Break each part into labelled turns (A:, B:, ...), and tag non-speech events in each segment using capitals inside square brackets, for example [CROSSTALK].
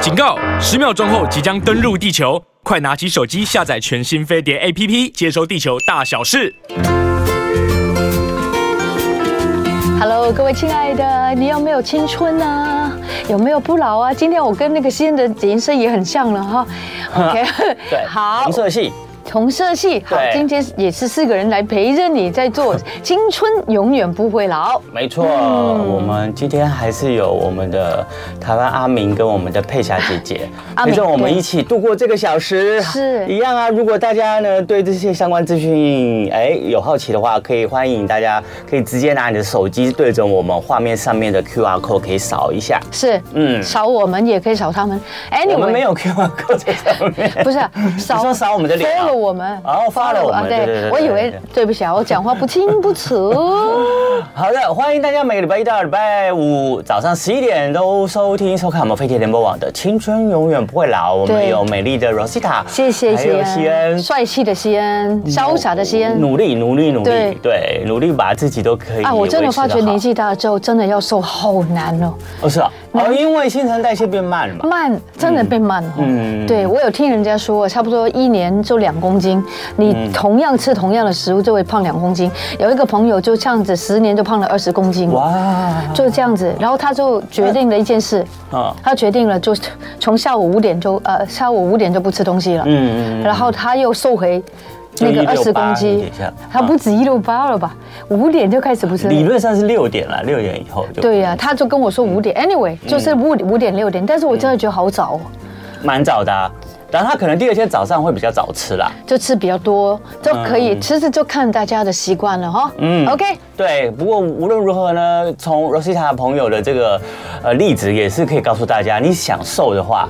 A: 警告！十秒钟后即将登陆地球，快拿起手机下载全新飞碟 APP，接收地球大小事。
B: Hello，各位亲爱的，你有没有青春啊？有没有不老啊？今天我跟那个新的颜色也很像了哈。OK，
C: 对，
B: [LAUGHS] 好
C: 红，色系，
B: 同色系，好，
C: 对
B: 今天也是四个人来陪着你在做青春永远不会老。
C: 没错。
B: 嗯
C: 我们今天还是有我们的台湾阿明跟我们的佩霞姐姐
B: 阿
C: 陪
B: 明
C: 着我们
B: 对
C: 一起度过这个小时。
B: 是
C: 一样啊。如果大家呢对这些相关资讯哎有好奇的话，可以欢迎大家可以直接拿你的手机对准我们画面上面的 QR code 可以扫一下。
B: 是，嗯，
C: 嗯
B: 少我们也可以少他们。哎，
C: 我们没，有 QR code 在上面，
B: 不是啊
C: [LAUGHS] 你
B: 少
C: 说扫我们的脸啊
B: follow 我们，
C: 哦，follow 我们
B: 啊
C: 对对对对
B: 我以为
C: 对
B: 对不起啊，我讲话不清不
C: [LAUGHS]
B: 楚。
C: 好的，欢迎大家每个礼拜一到礼拜五早上十一点都收听收看我们飞碟联播网的《青春永远不会老》，我们
B: 对
C: 有美丽的 Rosita，
B: 谢谢
C: 还
B: 西
C: 有
B: 安，
C: 西恩。
B: 帅气的西安，潇洒的西安。
C: 努力努力努力，
B: 对
C: 对努力把自己都可以
B: 啊，我真的
C: 维持
B: 发
C: 得
B: 觉
C: 好
B: 年纪大了之后，真的要瘦好难哦，
C: 哦是啊，哦因为新陈代谢变慢了嘛，
B: 慢，真的变慢哦。
C: 嗯
B: 对我有听人家说，差不多一年就两公斤，
C: 嗯
B: 你同样吃同样的食物就会胖两公斤。有一个朋友就这样子，十年就胖了二十公斤，
C: 哇，
B: 就这样子。然后他就决定了一件事，
C: 啊
B: 他决定了就从下午五点就呃下午五点就不吃东西了，
C: 嗯嗯嗯
B: 然后他又瘦回。
C: 就
B: 那个二十
C: 168
B: 公
C: 一
B: 斤
C: 点下，
B: 他不止一六八了吧？五点就开始不吃了，
C: 理论上是六点了，六点以后就
B: 对呀、他就跟我说
C: 嗯
B: 五点，anyway 就是五五点六点，但是我真的觉得好早哦，
C: 蛮早的、啊，然后他可能第二天早上会比较早吃啦。
B: 就吃比较多就可以，其实就看大家的习惯了哈。嗯
C: 嗯
B: ，OK，
C: 对，不过无论如何呢，从 Rosita 朋友的这个呃例子也是可以告诉大家，你想瘦的话，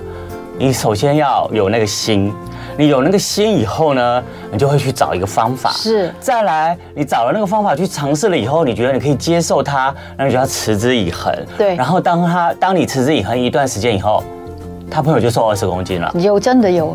C: 你首先要有那个心，你有那个心以后呢，你就会去找一个方法。
B: 是
C: 再来，你找了那个方法去尝试了以后，你觉得你可以接受它，那你就要持之以恒。
B: 对
C: 然后当他当你持之以恒一段时间以后，他朋友就瘦二十公斤了。
B: 有真的
C: [LAUGHS]
B: 有，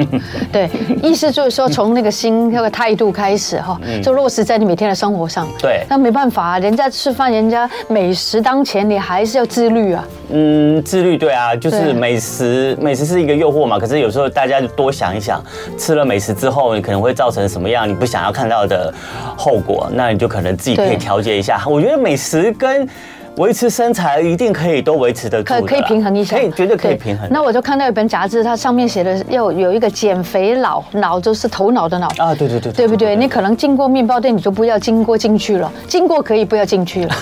B: 对，意思就是说从那个心那个态度开始哈，就落实在你每天的生活上。
C: 嗯对
B: 那没办法啊，人家吃饭，人家美食当前，你还是要自律啊。
C: 嗯，自律对啊，就
B: 对
C: 是美食，美食是一个诱惑嘛。可是有时候大家就多想一想，吃了美食之后，你可能会造成什么样你不想要看到的后果，那你就可能自己可
B: 对
C: 以调节一下。我觉得美食跟维持身材一定可以都维持得住
B: 可
C: 的啦，
B: 可以平衡一下，
C: 可以绝对可以平衡。
B: 那我就看到一本杂志，它上面写的要有一个减肥脑，脑就是头脑的脑
C: 啊对对对对
B: 对不对？
C: 对对
B: 你可能经过面包店，你就不要经过进去了，经过可以不要进去
C: [LAUGHS]
B: 了，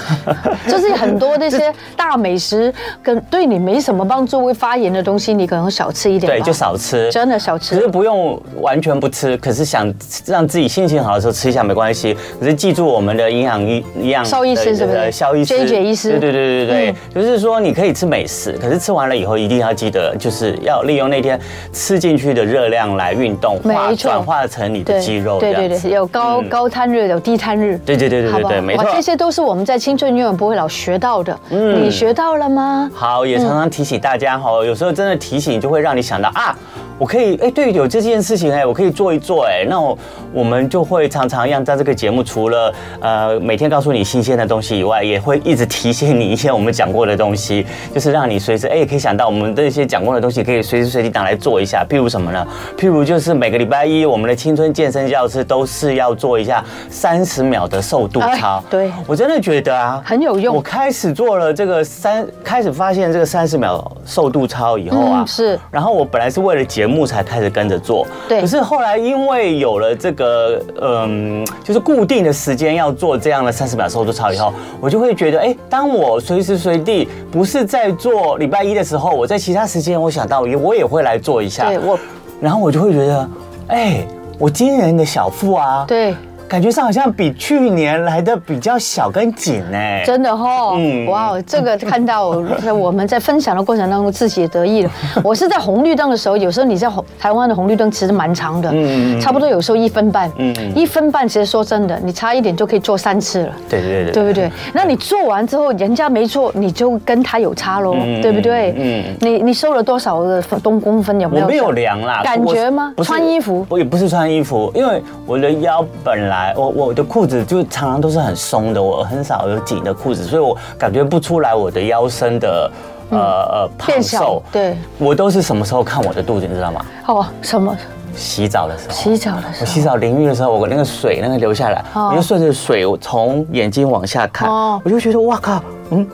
B: 就是很多那些大美食跟对你没什么帮助，会发炎的东西，你可能少吃一点吧。
C: 对，就少吃，
B: 真的少吃
C: 可是不用完全不吃，可是想让自己心情好的时候吃一下没关系。可是记住我们的营养医营养
B: 邵医师
C: 的
B: 是不是
C: 呃肖医师
B: JJ 医师
C: 对对对对对
B: 嗯，
C: 就是说你可以吃美食，可是吃完了以后一定要记得，就是要利用那天吃进去的热量来运动化，
B: 没错
C: 转化成你的
B: 对
C: 肌肉这
B: 对
C: 样
B: 对
C: 子。
B: 对，有高
C: 嗯
B: 高碳日，有低碳日。
C: 对对对对
B: 好
C: 对
B: 不好
C: 对，没错
B: 哇。这些都是我们在青春永远不会老学到的。
C: 嗯
B: 你学到了吗？
C: 好，也常常提醒大家哈、有时候真的提醒就会让你想到啊，我可以哎、对，有这件事情哎、我可以做一做哎、那我我们就会常常让在这个节目除了呃每天告诉你新鲜的东西以外，也会一直提醒你一些我们讲过的东西，就是让你随时哎、可以想到我们这些讲过的东西，可以随时随地拿来做一下。譬如什么呢？譬如就是每个礼拜一我们的青春健身教室都是要做一下三十秒的瘦肚
B: 哎
C: 操。
B: 对
C: 我真的觉得啊，
B: 很有用
C: 我开始做了这个三，开始发现这个三十秒瘦肚操以后啊，
B: 嗯是
C: 然后我本来是为了节目才开始跟着做，
B: 对
C: 可是后来因为有了这个，嗯，就是固定的时间要做这样的三十秒瘦肚操以后，我就会觉得，哎，当我随时随地不是在做礼拜一的时候，我在其他时间我想到也我也会来做一下，
B: 对我，
C: 然后我就会觉得，哎，我今年的小腹啊，。
B: 对。
C: 感觉上好像比去年来的比较小跟紧哎、
B: 真的哈、
C: 嗯
B: 哇哦，这个看到我们在分享的过程当中自己也得
C: [LAUGHS]
B: 意了。我是在红绿灯的时候，有时候你在红台湾的红绿灯其实蛮长的，
C: 嗯嗯嗯
B: 差不多有时候一分半，
C: 嗯嗯
B: 一分半其实说真的，你差一点就可以做三次了。
C: 对对对嗯
B: 对不对？那你做完之后，人家没做，你就跟他有差喽，
C: 嗯
B: 对不对？嗯
C: 嗯，
B: 你你瘦了多少个东公分？有没有？
C: 我没有量啦，
B: 感觉吗？
C: 我不是
B: 穿衣服
C: 我也不是穿衣服，因为我的腰本来我我的裤子就常常都是很松的，我很少有紧的裤子，所以我感觉不出来我的腰身的呃呃胖
B: 变小
C: 瘦，，
B: 对，
C: 我都是什么时候看我的肚子，你知道吗？
B: 哦，什么
C: 洗澡的时候。
B: 洗澡的时
C: 我洗
B: 候，
C: 澡淋浴的时候，我那个水那个流下来，
B: 哦
C: 我就顺着水从眼睛往下看，
B: 哦
C: 我就觉得哇靠，嗯，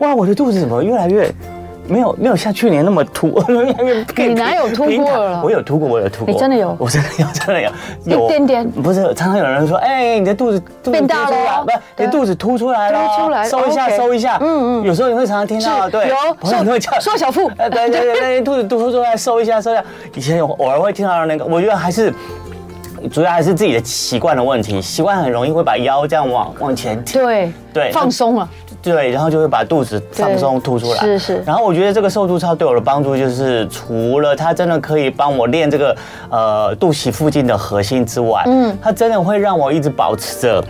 C: 哇我的肚子怎么越来越没有没有像去年那么凸， [LAUGHS] 越来越
B: 你哪有凸过
C: 平坦
B: 了
C: 我有凸过，我有凸过，
B: 你真的有
C: 我真的有，真的有，有
B: 一点点
C: 不是常常有人说，哎，你的肚子肚子
B: 变大了哦
C: 凸出来不，
B: 对
C: 你肚子凸出来了哦，
B: 凸出来
C: 收一下
B: OK
C: 收一下，
B: 嗯
C: 嗯
B: 嗯
C: 嗯，有时候你会常常听到，
B: 是
C: 啊对，
B: 有
C: 朋友
B: 瘦
C: 你会叫
B: 瘦小腹
C: 哎，对对对，对，肚子凸出来收一下收一下。以前有偶尔会听到那个，我觉得还是主要还是自己的习惯的问题，习惯很容易会把腰这样往往前挺，
B: 对
C: 对
B: 放松了，
C: 对，然后就会把肚子放松凸出来。
B: 是是
C: 然后我觉得这个瘦肚操对我的帮助就是，除了它真的可以帮我练这个呃肚脐附近的核心之外，
B: 嗯
C: 嗯，它真的会让我一直保持着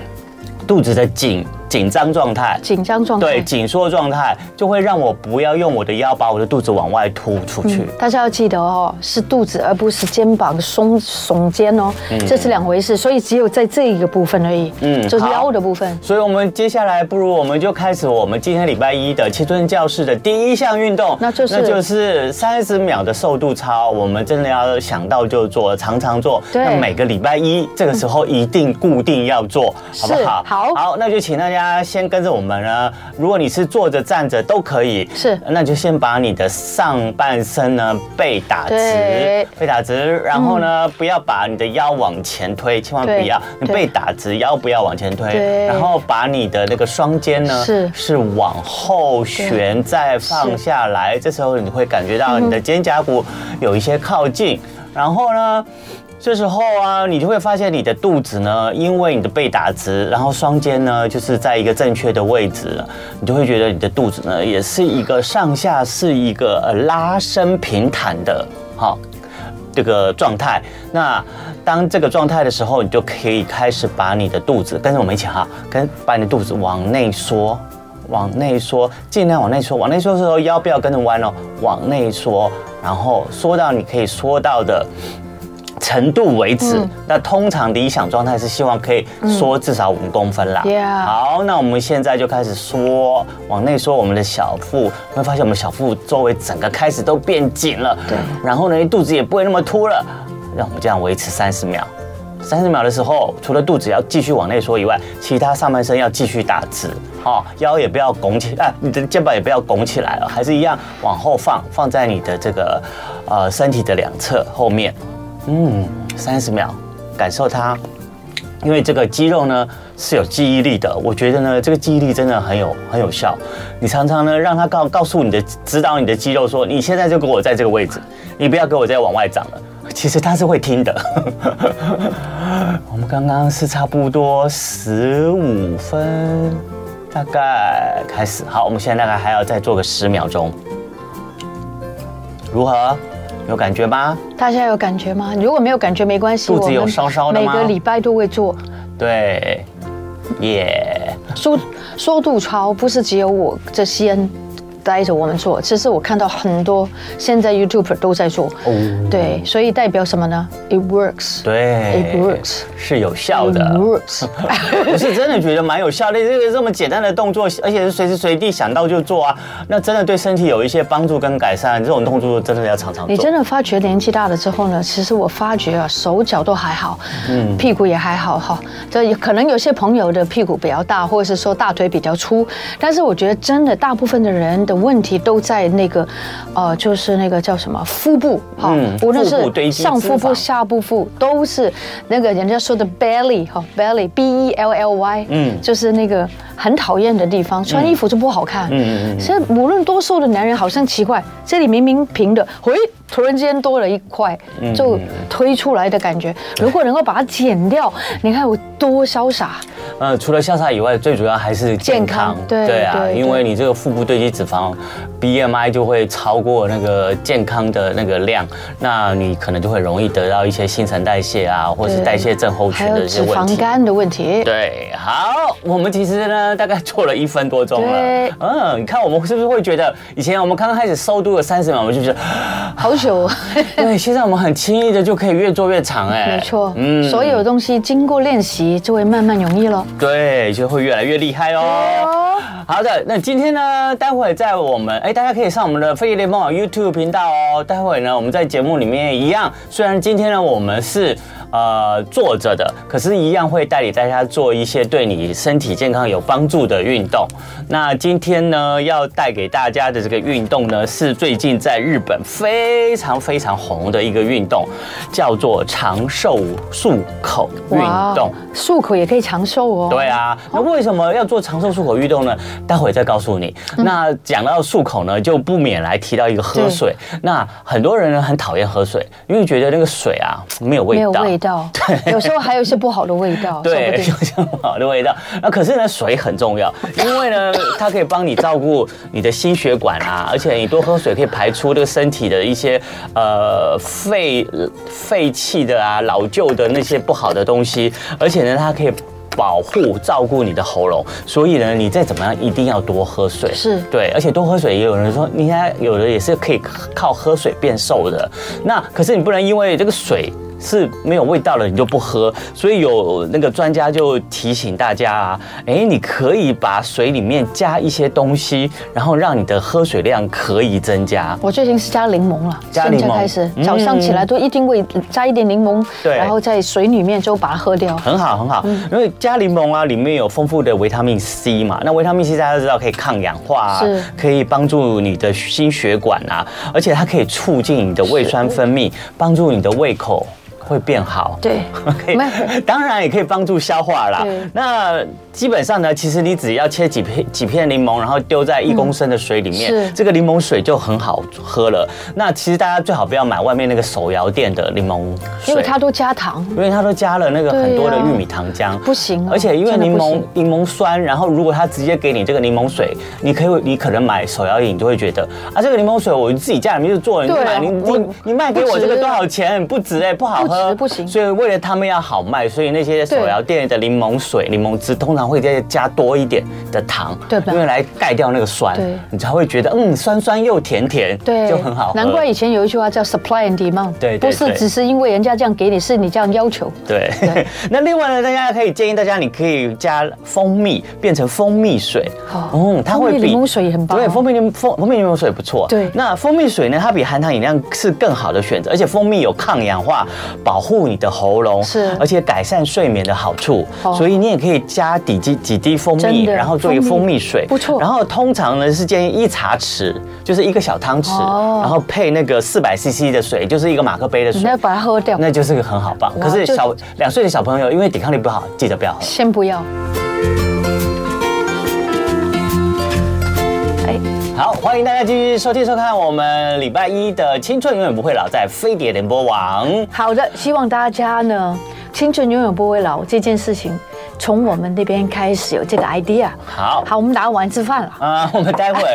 C: 肚子的紧紧张状态。
B: 紧张状态。
C: 对紧缩状态，就会让我不要用我的腰把我的肚子往外凸出去。
B: 大家要记得哦，是肚子而不是肩膀松耸肩哦，这是两回事，所以只有在这一个部分而已，嗯，
C: 嗯
B: 就是
C: 好
B: 腰的部分。
C: 所以，我们接下来不如我们就开始我们今天礼拜一的青春教室的第一项运动，
B: 那就是
C: 那就是三十秒的瘦肚操。我们真的要想到就做，常常做。
B: 对
C: 那每个礼拜一这个时候一定固定要做，好不好？
B: 是好
C: 好，那就请大家先跟着我们呢。如果你是坐着、站着都可以，
B: 是
C: 那就先把你的上半身呢背打直
B: 对，
C: 背打直，然后呢，不要把你的腰往前推，千万
B: 对
C: 不要，你
B: 对
C: 背打直，腰不要往前推，
B: 对
C: 然后。然后把你的那个双肩呢
B: 是
C: 往后旋再放下来，这时候你会感觉到你的肩胛骨有一些靠近，然后呢。这时候啊，你就会发现你的肚子呢，因为你的背打直，然后双肩呢就是在一个正确的位置，你就会觉得你的肚子呢也是一个上下是一个呃拉伸平坦的，好、这个状态。那当这个状态的时候，你就可以开始把你的肚子跟着我们一起哈，跟把你的肚子往内缩。往内缩，尽量往内缩。往内缩的时候，腰不要跟着弯哦，往内缩，然后缩到你可以缩到的程度为止。那通常理想状态是希望可以缩至少五公分啦。
B: Yeah
C: 好，那我们现在就开始缩，往内缩我们的小腹，你会发现我们小腹周围整个开始都变紧了。
B: 对
C: 然后呢，肚子也不会那么凸了。让我们这样维持三十秒。三十秒的时候，除了肚子要继续往内缩以外，其他上半身要继续打直，哦，腰也不要拱起，啊，你的肩膀也不要拱起来啊了，还是一样往后放，放在你的这个呃身体的两侧后面。嗯，三十秒，感受它，因为这个肌肉呢是有记忆力的，我觉得呢这个记忆力真的很有很有效。你常常呢让它告告诉你的指导你的肌肉说，你现在就给我在这个位置，你不要给我再往外长了。其实它是会听的。我们刚刚是差不多十五分，大概开始。好，我们现在大概还要再做个十秒钟，如何？有感觉吗？
B: 大家有感觉吗？如果没有感觉没关系，
C: 肚子有
B: 我们
C: 烧烧的
B: 每
C: 吗
B: 个礼拜都会做
C: 对，耶、
B: 缩缩肚操，不是只有我这西安带着我们做，其实我看到很多现在 YouTube 都在做，
C: 哦
B: 对，所以代表什么呢？It works，，It
C: 对
B: works，It
C: 是有效的。
B: works， [LAUGHS]
C: 我是真的觉得蛮有效的，这个这么简单的动作，而且是随时随地想到就做啊，那真的对身体有一些帮助跟改善。这种动作真的要常常做。
B: 你真的发觉年纪大了之后呢，其实我发觉啊，手脚都还好，
C: 嗯
B: 屁股也还好哈。这有可能有些朋友的屁股比较大，或者是说大腿比较粗，但是我觉得真的大部分的人的问题都在那个，呃，就是那个叫什么腹部哈
C: 嗯，
B: 无论
C: 腹部
B: 是
C: 堆积
B: 上腹
C: 脂
B: 部、
C: 肪
B: 下部腹都是那个人家说的 belly 哈，belly b e l l y，嗯，
C: 嗯
B: 就是那个很讨厌的地方，穿衣服就不好看，
C: 嗯嗯嗯嗯
B: 所以无论多瘦的男人，好像奇怪，这里明明平的，喂，突然间多了一块，
C: 嗯
B: 就推出来的感觉。如果能够把它剪掉，你看我多潇洒。
C: 呃，除了潇洒以外，最主要还是
B: 健
C: 健
B: 康
C: 康。
B: 对
C: 啊
B: 对对
C: 因为你这个腹部堆积脂肪，BMI 就会超过那个健康的那个量，那你可能就会容易得到一些新陈代谢啊，或是
B: 对
C: 代谢症候
B: 还
C: 群的
B: 有
C: 一些
B: 脂
C: 问
B: 肪
C: 题。
B: 肝的问题，
C: 对，好，我们其实呢，大概做了一分多钟
B: 对
C: 了。嗯，你看我们是不是会觉得，以前我们刚刚开始收度的三十秒，我们就觉得，
B: 好
C: [LAUGHS]
B: 久，
C: 对，现在我们很轻易的就可以越做越长，哎，
B: 没错，所有东西经过练习就会慢慢容易了。
C: 对，就会越来越厉害哦。好的，那今天呢，待会在我们哎，大家可以上我们的飞碟联盟网 YouTube 频道哦。待会呢，我们在节目里面一样，虽然今天呢我们是呃坐着的，可是一样会带领大家做一些对你身体健康有帮助的运动。那今天呢，要带给大家的这个运动呢，是最近在日本非常非常红的一个运动，叫做长寿漱口运
B: 哇哦
C: 动。
B: 漱口也可以长寿哦。
C: 对啊，那为什么要做长寿漱口运动呢？待会再告诉你。
B: 嗯
C: 那讲到漱口呢，就不免来提到一个喝水。那很多人呢很讨厌喝水，因为觉得那个水啊没有味
B: 没有
C: 道。
B: 味
C: [LAUGHS]
B: 道，有时候还有一些不好的味道，说
C: 对，
B: 不
C: 就
B: 定。
C: 像不好的味道。那可是呢，水很重要，因为呢，它可以帮你照顾你的心血管啊，而且你多喝水可以排出这个身体的一些呃废废弃的啊、老旧的那些不好的东西，而且呢，它可以。保护照顾你的喉咙，所以呢，你再怎么样一定要多喝水。
B: 是
C: 对，而且多喝水也有人说，你看有的也是可以靠喝水变瘦的。那可是你不能因为这个水是没有味道了，你就不喝。所以有那个专家就提醒大家啊，哎，你可以把水里面加一些东西，然后让你的喝水量可以增加。
B: 我最近是加柠檬了，
C: 加柠
B: 现
C: 檬
B: 在开始
C: 嗯
B: 早上起来都一定会加一点柠檬，
C: 对
B: 然后在水里面就把它喝
C: [LAUGHS]
B: 掉。
C: 很好，很好，
B: 嗯
C: 因为加柠檬啊，里面有丰富的维他命 C 嘛。那维他命 C 大家都知道可以抗氧化、啊
B: 是，
C: 可以帮助你的心血管啊，而且它可以促进你的胃酸分泌，帮助你的胃口会变好。
B: 对
C: 可以
B: 没有
C: 当然也可以帮助消化啦
B: 对。
C: 那基本上呢，其实你只要切几片几片柠檬，然后丢在一公升的水里面，
B: 是
C: 这个柠檬水就很好喝了。那其实大家最好不要买外面那个手摇店的柠檬水，
B: 因为它都加糖，
C: 因为它都加了那个很多的
B: 对啊
C: 玉米糖浆，
B: 不行啊
C: 而且因为
B: 真的
C: 柠
B: 不
C: 檬
B: 行
C: 柠檬酸，然后如果它直接给你这个柠檬水，你可以你可能买手摇饮，你就会觉得啊，这个柠檬水我自己家里面就做了，你
B: 对
C: 买
B: 啊
C: 你
B: 我
C: 你你卖给我
B: 不值
C: 这个多少钱？不值哎，不好
B: 不值
C: 喝，
B: 不行
C: 所以为了他们要好卖，所以那些
B: 对
C: 手摇店的柠檬水、柠檬汁通常会再加多一点的糖，
B: 对吧
C: 因为来盖掉那个酸
B: 对，
C: 你才会觉得嗯，酸酸又甜甜，
B: 对，
C: 就很好喝。
B: 难怪以前有一句话叫 supply and demand，
C: 对对
B: 不是
C: 对
B: 只是因为人家这样给你，是你这样要求。
C: 对，那另外呢，大家可以建议大家，你可以加蜂蜜，变成蜂蜜水。
B: 哦
C: 嗯
B: 蜂蜜柠檬水也很棒哦
C: 对，蜂蜜柠蜂蜂蜜柠檬水不错。
B: 对
C: 那蜂蜜水呢，它比含糖饮料是更好的选择，而且蜂蜜有抗氧化，保护你的喉咙，
B: 是
C: 而且改善睡眠的好处。
B: 哦
C: 所以你也可以加几滴几滴蜂蜜，
B: 真的
C: 然后做一个
B: 蜂
C: 蜂
B: 蜜
C: 蜜水，
B: 不错
C: 然后通常呢是建议一茶匙，就是一个小汤匙，
B: 哦
C: 然后配那个四百 CC 的水，就是一个马克杯的水
B: 你。要把它喝掉，
C: 那就是个很好棒。
B: 哇
C: 可是
B: 就
C: 小两岁的小朋友，因为抵抗力不好，记得不要喝。
B: 先不要。哎，
C: 好，欢迎大家继续收听收看我们礼拜一的《青春永远不会老》在飞碟联播网。
B: 好的，希望大家呢，青春永远不会老这件事情，从我们那边开始有这个 idea。
C: 好
B: 好，我们打完吃饭了。
C: 啊，我们待
B: [LAUGHS]
C: 会儿，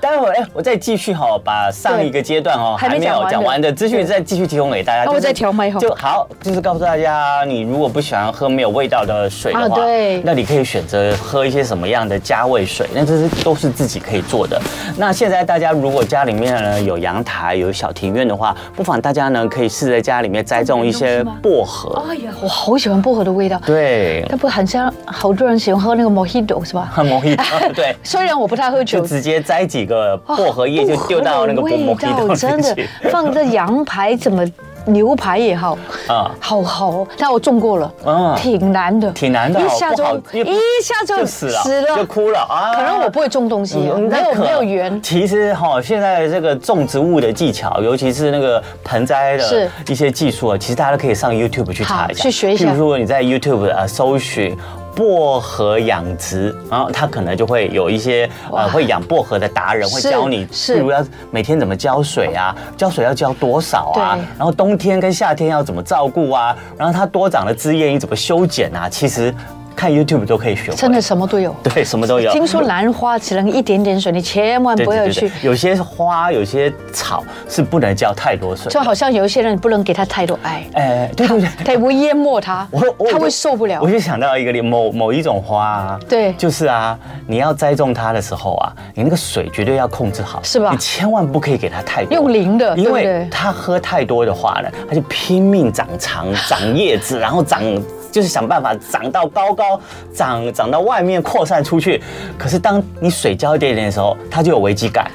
C: 待会儿，哎，我再继续哈，把上一个阶段哦
B: 还没讲
C: 有
B: 完的
C: 讲完的资讯
B: 对哦
C: 再继续提供给大家。
B: 那我
C: 就是
B: 再调麦吼
C: 就好，就是告诉大家，你如果不喜欢喝没有味道的水的
B: 啊
C: 话，
B: 对
C: 那你可以选择喝一些什么样的加味水，那这是都是自己可以做的。那现在大家如果家里面呢有阳台有小庭院的话，不妨大家呢可以试着在家里面栽种一些薄荷。
B: 哎呀，我好喜欢薄荷的味道。 [LAUGHS]
C: 对， [LAUGHS]
B: 它不很像好多人喜欢喝那个 Mojito 是吧？
C: 很容易的， [LAUGHS] 对。
B: [LAUGHS] 虽然我不太喝酒
C: 就，直接摘几个
B: 哦
C: 薄荷叶，就丢到那个薄
B: 薄
C: 膜
B: 荷的味道真的 [LAUGHS] 放着羊排怎么牛排也好，
C: 啊
B: 好好哦，但我中过了，
C: 嗯
B: 挺难的，
C: 挺难的哦
B: 一下
C: 不好
B: 就
C: 因为
B: 一下就
C: 就
B: 死
C: 死了，就
B: 了，
C: 哭了啊！
B: 可能我不会种东西，啊哦
C: 嗯
B: 没
C: 那
B: 有
C: 可
B: 没有缘。
C: 其实哈，现在这个种植物的技巧，尤其是那个盆栽的
B: 是
C: 一些技术啊，其实大家都可以上 YouTube 去查一下，
B: 好去学一下
C: 譬如说你在 YouTube 啊搜寻。薄荷养殖，然后它可能就会有一些呃
B: 哇
C: 会养薄荷的达人会
B: 是
C: 教你，
B: 是
C: 譬如要每天怎么浇水啊，浇水要浇多少啊
B: 对，
C: 然后冬天跟夏天要怎么照顾啊，然后它多长的枝叶你怎么修剪啊，其实看 YouTube 都可以学会。
B: 真的什么都有。
C: 对，什么都有。
B: 听说兰花只能一点点水，你千万
C: 对
B: 不要
C: 对对
B: 去
C: 对。有些花，有些草是不能浇太多水。
B: 就好像有一些人，你不能给他太多爱，
C: [LAUGHS] 哎，对对对。
B: 他会淹没他
C: 我我，
B: 他会受不了
C: 我。就想到一个例某某一种花、啊，
B: 对
C: 就是啊，你要栽种它的时候啊，你那个水绝对要控制好，
B: 是吧
C: 你千万不可以给它太多，
B: 用淋的
C: 因
B: 对不
C: 为
B: 对
C: [LAUGHS] 它喝太多的话呢，它就拼命长长、长叶子，然后长就是想办法长到高高，长长到外面扩散出去。可是当你水浇一点点的时候，它就有危机感。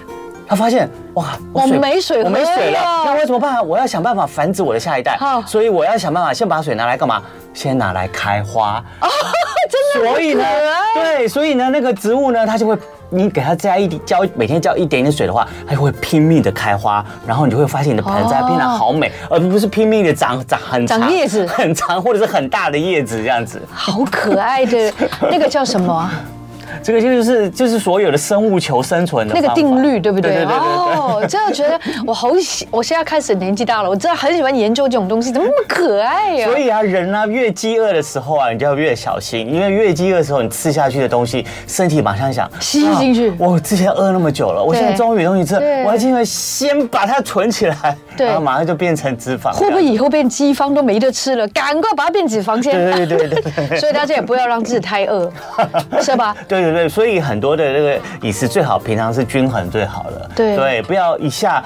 C: 他发现哇，
B: 我没水
C: 我没
B: 喝
C: 水了，
B: 了
C: 那我怎么办啊？我要想办法繁殖我的下一代
B: 好，
C: 所以我要想办法先把水拿来干嘛？先拿来开花。
B: 真的很
C: 所以呢
B: 可爱，
C: 对，所以呢，那个植物呢，它就会，你给它加一滴浇，每天浇一点点水的话，它就会拼命的开花，然后你就会发现你的盆栽
B: 哦
C: 变得好美，而不是拼命的长长很长
B: 长叶子
C: 很长或者是很大的叶子这样子。
B: 好可爱
C: [LAUGHS]
B: 的，那个叫什么啊？
C: 这个就是就是所有的生物求生存的
B: 那个
C: 方法
B: 定律，对不对？
C: 对对对对对
B: 哦，真的觉得我好喜，我现在开始年纪大了，我真的很喜欢研究这种东西，怎么那么可爱呀、
C: 所以啊，人啊，越饥饿的时候啊，你就要越小心，因为越饥饿的时候，你吃下去的东西，身体马上想
B: 吸进去
C: 啊我之前饿那么久了，我现在终于有东西吃了
B: 对，
C: 我要进去先把它存起来，
B: 对
C: 然后马上就变成脂肪。
B: 会不会以后变饥荒都没得吃了？赶快把它变脂肪先。
C: 对对对对对
B: 所以大家也不要让自己太
C: [LAUGHS]
B: 饿，是吧？
C: 对对对，所以很多的这个饮食最好平常是均衡最好了。
B: 对
C: 不要一下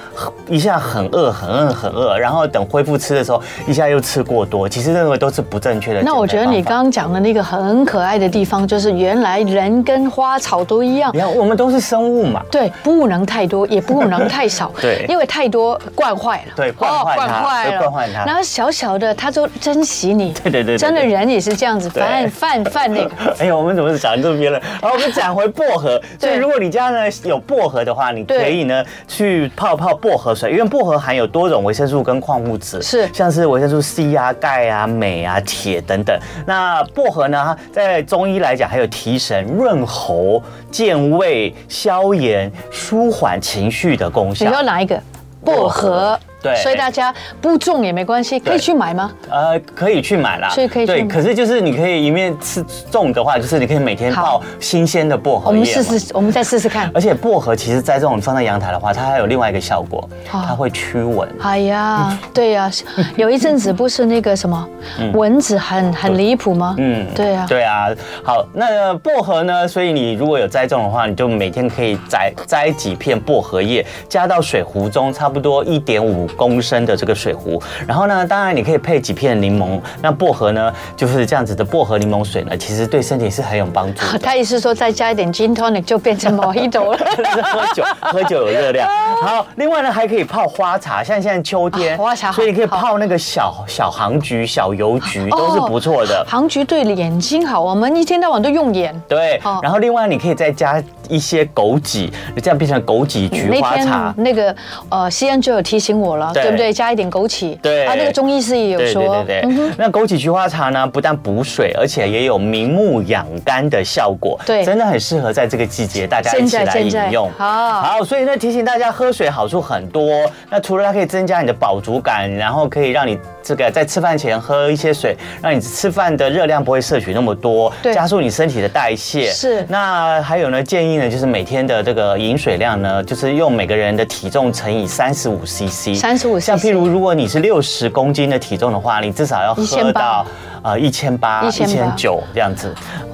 C: 一下很饿很饿很饿，然后等恢复吃的时候一下又吃过多，其实这个都是不正确的。
B: 那我觉得你刚。刚讲的那个很可爱的地方，就是原来人跟花草都一样
C: 你。看，我们都是生物嘛，。
B: 对，不能太多，也不能太少
C: [LAUGHS] 对
B: 因为太多惯坏了。哦
C: 对惯坏它
B: 惯坏
C: 对
B: 了，
C: 惯坏它
B: 然后小小的，他就珍惜你。
C: 对对对对
B: 真的人也是这样子，
C: 对
B: 犯犯犯
C: [LAUGHS]
B: 那个。
C: 哎呦，我们怎么是讲这边了？然后我们讲回薄荷，所
B: 对
C: 以如果你家呢有薄荷的话，你
B: 对
C: 可以呢去泡泡薄荷水，因为薄荷含有多种维生素跟矿物质，
B: 是
C: 像是维生素 C 啊、钙啊、镁啊、铁等等。那薄荷呢，它在中医来讲还有提神、润喉、健胃、消炎、舒缓情绪的功
B: 你
C: 效。
B: 说哪一个？薄
C: 薄荷
B: 荷。
C: 对
B: 所以大家不种也没关系，可以去买吗？
C: 呃，可以去买啦，
B: 所以可以去
C: 对，
B: 买
C: 可是就是你可以一面吃种的话，就是你可以每天
B: 好
C: 泡新鲜的薄荷
B: 我
C: 叶嘛。
B: 们试试，我们再试试
C: [LAUGHS]
B: 看。
C: 而且薄荷其实，在这种放在阳台的话，它还有另外一个效果，
B: 哦
C: 它会驱蚊。
B: 哎呀，对呀、有一阵子不是那个什么
C: 嗯
B: 蚊子很很离谱吗？嗯，对呀、
C: 对啊，好，那薄荷呢？所以你如果有栽种的话，你就每天可以摘摘几片薄荷叶，加到水壶中，差不多一点五公升的这个水壶。然后呢，当然你可以配几片柠檬。那薄荷呢，就是这样子的薄荷柠檬水呢，其实对身体是很有帮助
B: [LAUGHS]
C: 的。
B: 他意思说再加一点 gin tonic 就变成 mojito [LAUGHS]
C: [LAUGHS]
B: 了。
C: 就是喝酒，喝酒有热量。好，另外呢还可以泡花茶，像现在秋天，
B: 啊花茶好
C: 所以你可以泡那个小小杭菊、小油菊
B: 哦
C: 都是不错的。
B: 杭菊对眼睛好，我们一天到晚都用眼。
C: 对
B: 哦，
C: 然后另外你可以再加一些枸杞，这样变成枸杞菊
B: 嗯那
C: 花
B: 天
C: 茶。
B: 那个呃，西安就有提醒我了，
C: 对
B: 对不对？加一点枸杞。
C: 对
B: 啊，那个中医师也有
C: 对对
B: 说嗯
C: 对，对，那枸杞菊花茶呢，不但补水，而且也有明目养肝的效果，
B: 对
C: 真的很适合在这个季节大家一起
B: 现在
C: 来
B: 现在
C: 饮用。
B: 好
C: 好，所以呢提醒大家喝水好处很多，那除了它可以增加你的饱足感，然后可以让你这个在吃饭前喝一些水，让你吃饭的热量不会摄取那么多，
B: 对
C: 加速你身体的代谢。
B: 是
C: 那还有呢，建议呢就是每天的这个饮水量呢，就是用每个人的体重乘以三十五 CC。
B: 35
C: 像
B: cc
C: 譬如如果你是六十公斤的体重的话，你至少要喝到呃一千八、一千
B: 1800
C: 九这样子。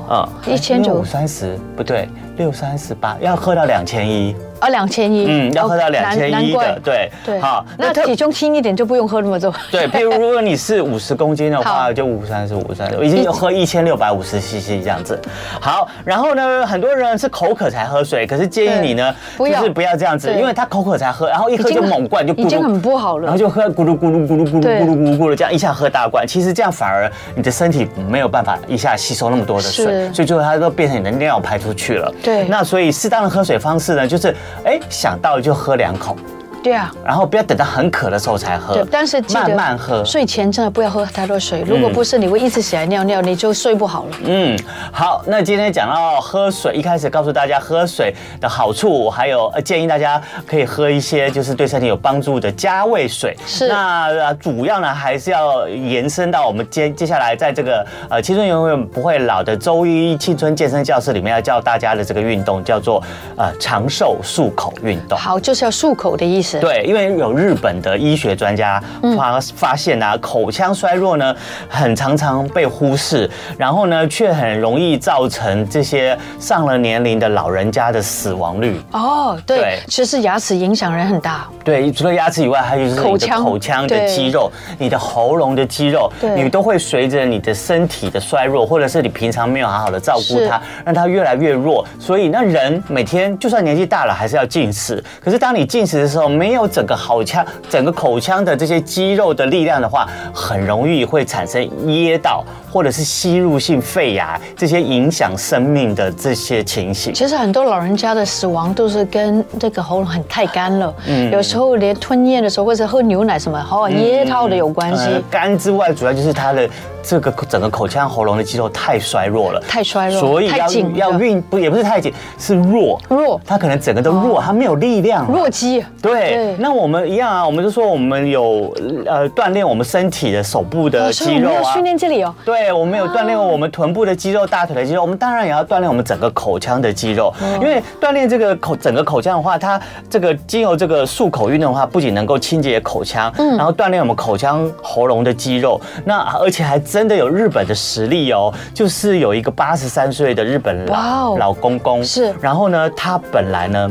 C: 嗯，
B: 1900
C: 三十不对，六三十八要喝到两千一，
B: 啊，两千一，
C: 嗯，要喝到
B: 哦
C: 两千一的，。对，
B: 对，
C: 好，
B: 那
C: 特
B: 体重轻一点就不用喝那么多。 [LAUGHS]
C: 对，譬如如果你是五十公斤的话，
B: 好
C: 就五三十五三十，已经有喝一千六百五十 CC 这样子。好，然后呢，很多人是口渴才喝水，可是建议你呢，
B: 对
C: 就
B: 不
C: 是
B: 要
C: 不要这样子，
B: 对
C: 因为他口渴才喝，然后一喝
B: 已经
C: 就
B: 很
C: 猛灌，就咕噜
B: 已经很不好了
C: 然后就喝咕噜咕噜咕噜咕噜咕
B: 对
C: 噜咕噜咕噜这样一下喝大罐，其实这样反而你的身体没有办法一下吸收那么多的水，
B: 是
C: 所以最后它都变成你的尿排出去了。
B: 对
C: 那所以适当的喝水方式呢，就是哎想到就喝两口。
B: 对啊，
C: 然后不要等到很渴的时候才喝，
B: 对，但是记得
C: 慢慢喝，
B: 睡前真的不要喝太多水，如果不是你会一直起来尿尿，你就睡不好了。
C: 嗯，好，那今天讲到喝水，一开始告诉大家喝水的好处，还有呃建议大家可以喝一些就是对身体有帮助的加味水。
B: 是
C: 那呃主要呢还是要延伸到我们接接下来在这个呃青春永远不会老的周一青春健身教室里面要教大家的这个运动叫做呃长寿漱口运动。
B: 好，就是要漱口的意思。实。
C: 对，因为有日本的医学专家发发现啊，口腔衰弱呢，很常常被忽视，然后呢，却很容易造成这些上了年龄的老人家的死亡率。
B: 哦，对
C: 对，
B: 其实牙齿影响人很大。
C: 对，除了牙齿以外，还有就是
B: 口
C: 你的
B: 腔
C: 口腔的
B: 对
C: 肌肉、你的喉咙的肌肉，
B: 对
C: 你都会随着你的身体的衰弱，或者是你平常没有好好的照顾它
B: 是，
C: 让它越来越弱。所以，那人每天就算年纪大了，还是要进食。可是，当你进食的时候，没有整个口腔、整个口腔的这些肌肉的力量的话，很容易会产生噎到或者是吸入性肺炎这些影响生命的这些情形。
B: 其实很多老人家的死亡都是跟这个喉咙很太干了，
C: 嗯
B: 有时候连吞咽的时候或者喝牛奶什么，哦，噎到的有关系。
C: 呃肝之外，主要就是它的这个整个口腔、喉咙的肌肉太衰弱了，
B: 太衰弱
C: 所以
B: 太
C: 要
B: 紧
C: 要
B: 了
C: 运不也不是太紧，是弱
B: 弱哦
C: 它可能整个都弱，它没有力量了，
B: 弱鸡，
C: 对，那我们一样啊，我们就说我们有呃锻炼我们身体的手部的
B: 哦所以我
C: 肌肉
B: 们要
C: 啊
B: 训，练这里哦。
C: 对，我们有锻炼
B: 哦
C: 我们臀部的肌肉、大腿的肌肉，我们当然也要锻炼我们整个口腔的肌肉，
B: 嗯
C: 因为锻炼这个口整个口腔的话，它这个经由这个漱口运动的话，不仅能够清洁口腔，
B: 嗯
C: 然后锻炼我们口腔喉咙的肌肉，那而且还真的有日本的实例哦，就是有一个八十三岁的日本
B: 哇
C: 老
B: 哦
C: 老公公，
B: 是
C: 然后呢，他本来呢。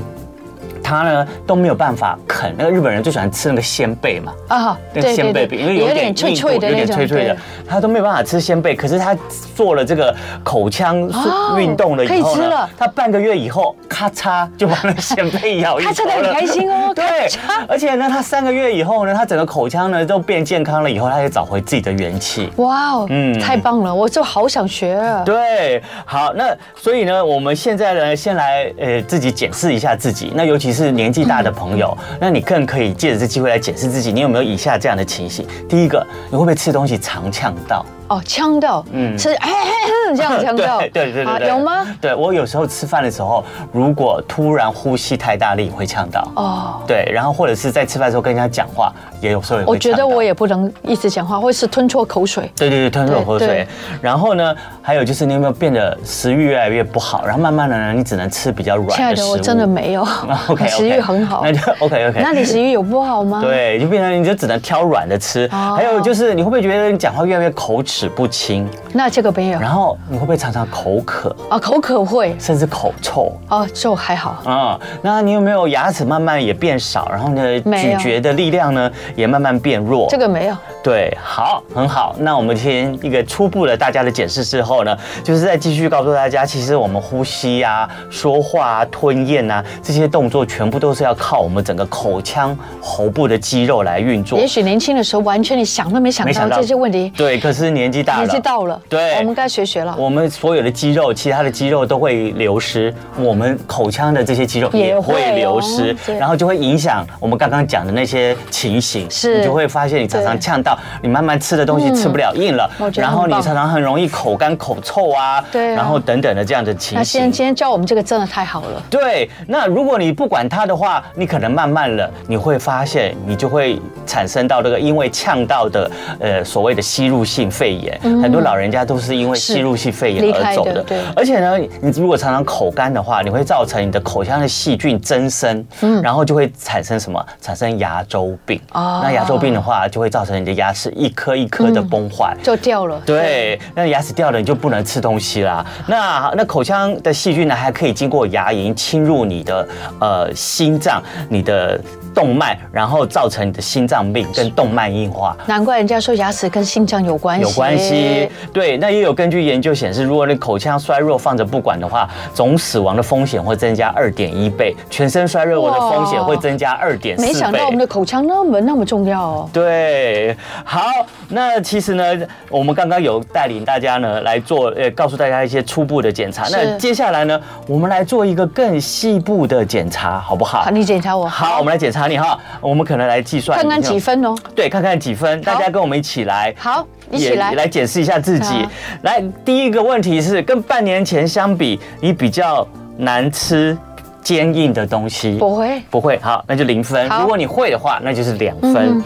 C: 他呢都没有办法啃，那个日本人最喜欢吃那个鲜贝嘛，
B: 啊，
C: 那个鲜贝饼，因为有点
B: 点脆
C: 硬度
B: 脆的
C: 有
B: 那
C: 点
B: 种，
C: 脆脆的
B: 对，
C: 他都没有办法吃鲜贝。可是他做了这个口腔
B: 哦
C: 运动了
B: 可以
C: 以后
B: 吃
C: 呢
B: 了，
C: 他半个月以后，咔嚓就把那个鲜贝咬一口
B: 咔
C: 了。
B: 嚓得很开心哦
C: [LAUGHS] 对
B: 咔嚓，
C: 而且呢，他三个月以后呢，他整个口腔呢都变健康了，以后他也找回自己的元气。
B: 哇哦，
C: 嗯
B: 太棒了，我就好想学
C: [LAUGHS]
B: 啊。
C: 对，好，那所以呢，我们现在呢，先来呃自己检视一下自己。那尤其是年纪大的朋友，那你更可以借着这机会来检视自己，你有没有以下这样的情形？第一个，你会不会吃东西常呛到？
B: 哦，呛到，嗯，是哎哎哎这样呛到，
C: [LAUGHS] 对对对对
B: 啊
C: 对
B: 有吗？？
C: 对我有时候吃饭的时候，如果突然呼吸太大力会呛到。
B: 哦，
C: 对，然后或者是在吃饭的时候跟人家讲话，也有时候也会
B: 我觉得
C: 呛到
B: 我也不能一直讲话，或是吞错口水。
C: 对对对，吞
B: 对
C: 口水
B: 对。
C: 然后呢，还有就是你有没有变得食欲越来越不好？然后慢慢的呢，你只能吃比较软的
B: 亲
C: 食物。
B: 爱的，我真
C: [LAUGHS]
B: 的没有 [LAUGHS]
C: OK，
B: 食欲很好
C: 那。就 OK
B: [LAUGHS]
C: OK。
B: 那你食欲有不好吗？，
C: 对，就变成你就只能挑软的吃。
B: 哦
C: 还有就是你会不会觉得你讲话越来越口齿不清？
B: 那这个没有
C: 然后你会不会常常口渴，
B: 啊，口渴会
C: 甚至口臭？
B: 哦，就还好。
C: 啊、那你有没有牙齿慢慢也变少，然后呢，
B: 没
C: 咀
B: 有
C: 嚼的力量呢也慢慢变弱？
B: 这个没有，
C: 对，好，很好。那我们先一个初步的大家的解释之后呢，就是再继续告诉大家，其实我们呼吸啊、说话啊、吞咽啊这些动作，全部都是要靠我们整个口腔、喉部的肌肉来运作
B: 也。许年轻的时候完全你想都没想
C: 没
B: 到
C: 想到
B: 这些问题，
C: 对，可是年纪大了，
B: 年纪到了，哦
C: 对
B: 我们该学学了。
C: 我们所有的肌肉，其他的肌肉都会流失，我们口腔的这些肌肉
B: 也
C: 也
B: 会
C: 会流
B: 哦
C: 失，
B: 对
C: 然后就会影响我们刚刚讲的那些情形，
B: 是
C: 你就会发现你常常
B: 对嗯
C: 呛到，你慢慢吃的东西吃不了硬了，
B: 我觉得
C: 然后
B: 很
C: 你
B: 棒
C: 常常很容易口干口臭啊，
B: 对啊
C: 然后等等的这样的情
B: 那今天
C: 形。
B: 今天教我们这个真的太好了，
C: [LAUGHS] 对，那如果你不管它的话，你可能慢慢了，你会发现你就会产生到这个因为呛到的呃所谓的吸入性肺炎，很多老人家都是因为
B: 嗯是
C: 吸入性肺炎
B: 离
C: 而
B: 开
C: 走
B: 的
C: 的。
B: 对
C: 而且呢，你如果常常口干的话，你会造成你的口腔的细菌增生，然后就会产生什么？产生牙周病。
B: 嗯哦嗯
C: 那牙周病的话，就会造成你的牙齿一颗一颗的崩坏。
B: 就掉了。
C: 对，那牙齿掉了你就不能吃东西啦。那那口腔的细菌呢，还可以经过牙龈侵入你的呃心脏、你的动脉，然后造成你的心脏病跟动脉硬化。
B: 难怪人家说牙齿跟心脏有关系，
C: 有关系，对，那也有根据研究显示，如果你口腔衰弱放着不管的话，总死亡的风险会增加二点一倍，全身衰弱的风险会增加二点四
B: 没
C: 倍。
B: 想到我们的口腔那么那么重要哦。
C: 对，好，那其实呢，我们刚刚有带领大家呢来做，呃，告诉大家一些初步的检查。
B: 是
C: 那接下来呢，我们来做一个更细部的检查，好不好
B: 好，？你检查我。
C: 好，我们来检查你哈，我们可能来计算
B: 看看
C: 你有
B: 几，分哦。
C: 对，看看几分，大家跟我们一起来。
B: 好，一起
C: 也
B: 来。
C: 来解释一下自己
B: 好。
C: 来，第一个问题是，跟半年前相比，你比较难吃坚硬的东西。
B: 不会
C: 不会，好，那就零分。
B: 好
C: 如果你会的话，那就是两分。
B: 嗯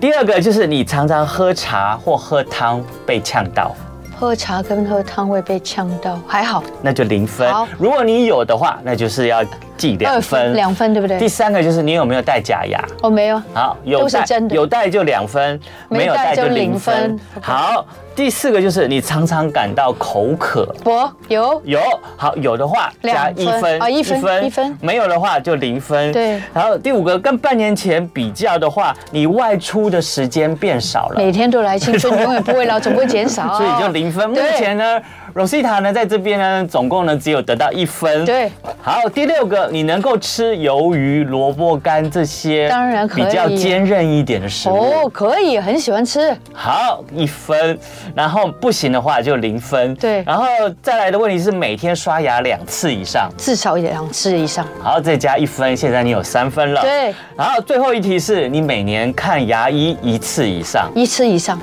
C: 第二个就是你常常喝茶或喝汤被呛到，
B: 喝茶跟喝汤会被呛到，还好。
C: 那就零分
B: 好。
C: 如果你有的话，那就是要记两
B: 二
C: 分，
B: 分两分对不对
C: 第三个就是你有没有戴假牙。
B: 我没有，
C: 好，有
B: 都是
C: 戴
B: 真的
C: 有戴就两分，
B: 没
C: 没有
B: 戴
C: 戴
B: 就
C: 就零
B: 零
C: 分
B: 分。
C: 好，第四个就是你常常感到口渴。
B: 我有
C: 有好有的话加
B: 两
C: 一
B: 分
C: 分
B: 啊一分一分
C: 没有的话就零分。
B: 对
C: 然后第五个跟半年前比较的话，你外出的时间变少了，
B: 每天都来青春，永远不会老，总不会减少，啊
C: 所以就零分。目
B: 对
C: 前呢，Rosita 呢在这边呢，总共呢只有得到一分。
B: 对，
C: 好，第六个，你能够吃鱿鱼、萝卜干这些，
B: 当然可以
C: 比较坚韧一点的食物。
B: 哦，可以，很喜欢吃，
C: 好，一分，然后不行的话就零分。
B: 对
C: 然后再来的问题是每天刷牙两次以上，
B: 至少两次以上。
C: 好，再加一分，现在你有三分了。
B: 对。
C: 然后最后一题是你每年看牙医一次以上，
B: 一次以上，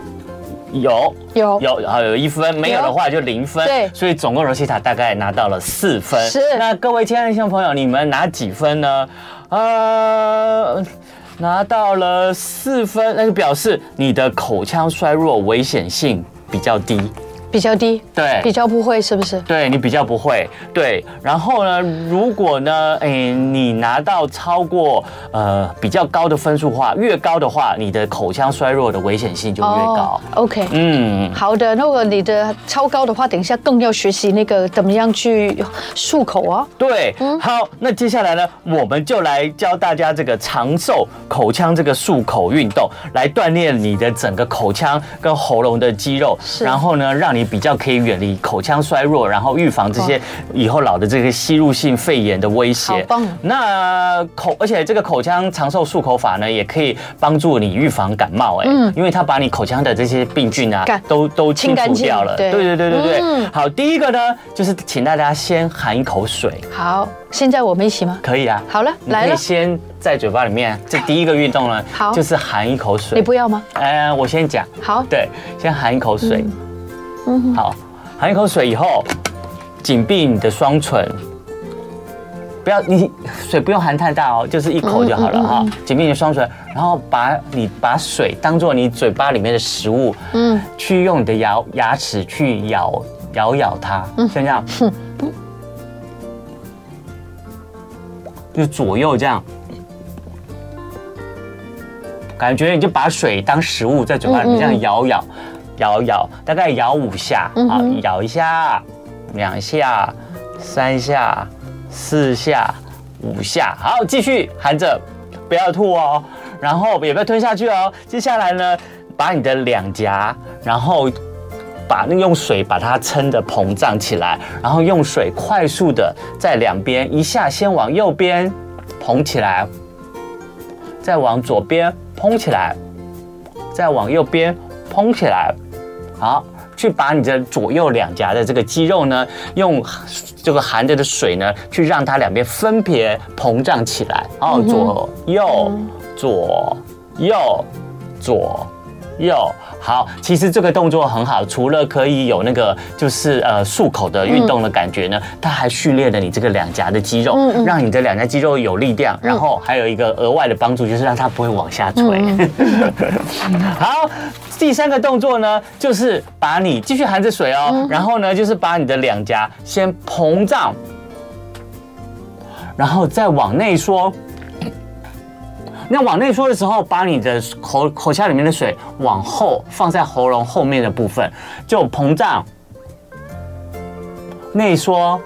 C: 有
B: 有
C: 有，好有一分，没有的话就零分。
B: 对
C: 所以总共罗西塔大概拿到了四分。
B: 是
C: 那各位亲爱的听众朋友，你们拿几分呢？呃。拿到了四分，那就表示你的口腔衰弱危险性比较低。
B: 比较低，
C: 对
B: 比较不会是不是？
C: 对你比较不会，对。然后呢，如果呢，诶，你拿到超过呃比较高的分数的话，越高的话，你的口腔衰弱的危险性就越
B: 哦
C: 高。
B: ，OK，
C: 嗯，
B: 好的。如果你的超高的话，等一下更要学习那个怎么样去漱口哦。
C: 对。好，那接下来呢，我们就来教大家这个长寿口腔这个漱口运动，来锻炼你的整个口腔跟喉咙的肌肉，
B: 是
C: 然后呢，让你比较可以远离口腔衰弱，然后预防这些以后老的这个吸入性肺炎的威胁。
B: 好棒
C: 那口，而且这个口腔长寿漱口法呢，也可以帮助你预防感冒、哎、
B: 嗯
C: 因为它把你口腔的这些病菌啊
B: 干，
C: 都都清
B: 清干
C: 除
B: 净
C: 掉了。
B: 对
C: 对对对对对。
B: 嗯
C: 好，第一个呢，就是请大家先含一口水，
B: 好，现在我们一起吗？
C: 可以啊。
B: 好了，
C: 你
B: 来
C: 可以
B: 了，
C: 先在嘴巴里面，这第一个运动呢，
B: 好
C: 就是含一口水。
B: 你不要吗？
C: 呃，我先讲，
B: 好，
C: 对，先含一口水。
B: 嗯哼
C: 好，含一口水以后，紧闭你的双唇，不要你水不用含太大哦，就是一口就好了哈。紧闭你的双唇，然后把你把水当做你嘴巴里面的食物，
B: 嗯，
C: 去用你的牙牙齿去咬咬咬它，像这样，就左右这样。感觉你就把水当食物在嘴巴里面这样咬咬，咬咬，大概咬五下啊，咬一下，两下，三下，四下，五下，好，继续含着，不要吐哦，然后也不要吞下去哦。接下来呢，把你的两颊，然后把那用水把它撑的膨胀起来，然后用水快速的在两边一下先往右边膨起来，再往左边膨起来，再往右边膨起来，好。去把你的左右两颊的这个肌肉呢，用这个含着的水呢，去让它两边分别膨胀起来。哦，左右，左右，左右。好，其实这个动作很好，除了可以有那个就是呃漱口的运动的感觉呢，它还训练了你这个两颊的肌肉，让你的两颊肌肉有力量，然后还有一个额外的帮助就是让它不会往下垂。 [LAUGHS] 好，第三个动作呢，就是把你继续含着水哦，然后呢，就是把你的两颊先膨胀，然后再往内缩。那往内缩的时候，把你的口口腔里面的水往后放在喉咙后面的部分，就膨胀、内缩。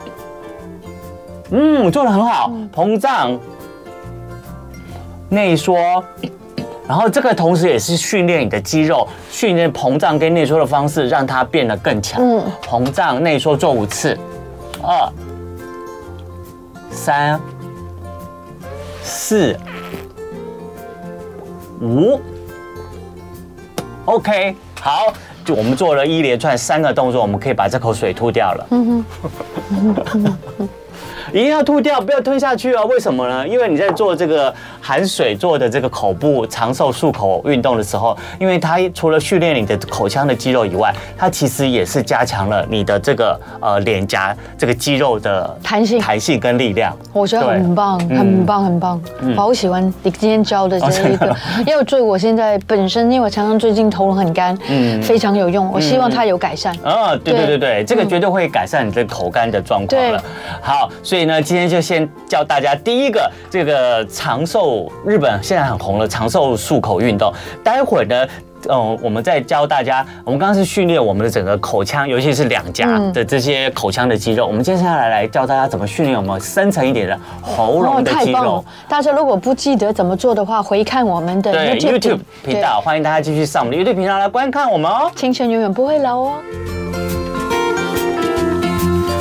C: 嗯，做的很好，膨胀、内缩。然后这个同时也是训练你的肌肉，训练膨胀跟内缩的方式，让它变得更强。
B: 嗯
C: 膨胀内缩做五次，二、三、四、五。OK，好，就我们做了一连串三个动作，我们可以把这口水吐掉了。
B: 嗯
C: [LAUGHS] 一定要吐掉，不要吞下去哦。为什么呢？因为你在做这个含水做的这个口部长寿漱口运动的时候，因为它除了训练你的口腔的肌肉以外，它其实也是加强了你的这个呃脸颊这个肌肉的
B: 弹性
C: 弹性跟力量。
B: 我觉得很棒，
C: 对嗯
B: 很棒，很棒，我好喜欢你今天教的这
C: 哦
B: 一个， [LAUGHS] 因为对我现在本身，因为我常常最近喉咙很干，非常有用，我希望它有改善。
C: 嗯，对对
B: 对
C: 对对，这个绝对会改善你这口干的状况了
B: 对。
C: 好，所以呢，今天就先教大家第一个这个长寿，日本现在很红了长寿漱口运动。待会儿呢。嗯，我们再教大家，我们刚刚是训练我们的整个口腔，尤其是两颊的这些口腔的肌肉。我们接下来来教大家怎么训练我们深层一点的喉咙的
B: 哦太
C: 肌
B: 棒
C: 肉
B: 了。！大家如果不记得怎么做的话，回看我们的
C: 对
B: YouTube
C: YouTube 频道，欢迎大家继续上我们的 YouTube 频道来观看我们哦。
B: 青春永远不会老哦。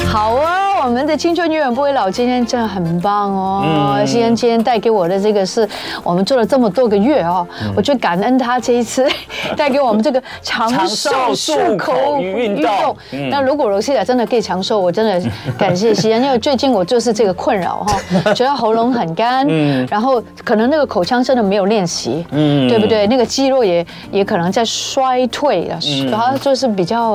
B: 好啊，我们的青春永远不会老，今天真的很棒哦！西安今天带给我的这个是我们做了这么多个月哦，我就感恩他这一次 [LAUGHS] 带给我们这个长寿漱口运
C: 长寿漱口
B: 动
C: 运动。
B: 那如果罗西亚真的可以长寿，我真的感谢西安，因为最近我就是这个困扰
C: [LAUGHS]
B: 哈，觉得喉咙很干，然后可能那个口腔真的没有练习，
C: 嗯
B: 对不对？那个肌肉也也可能在衰退啊，
C: 嗯
B: 然后就是比较，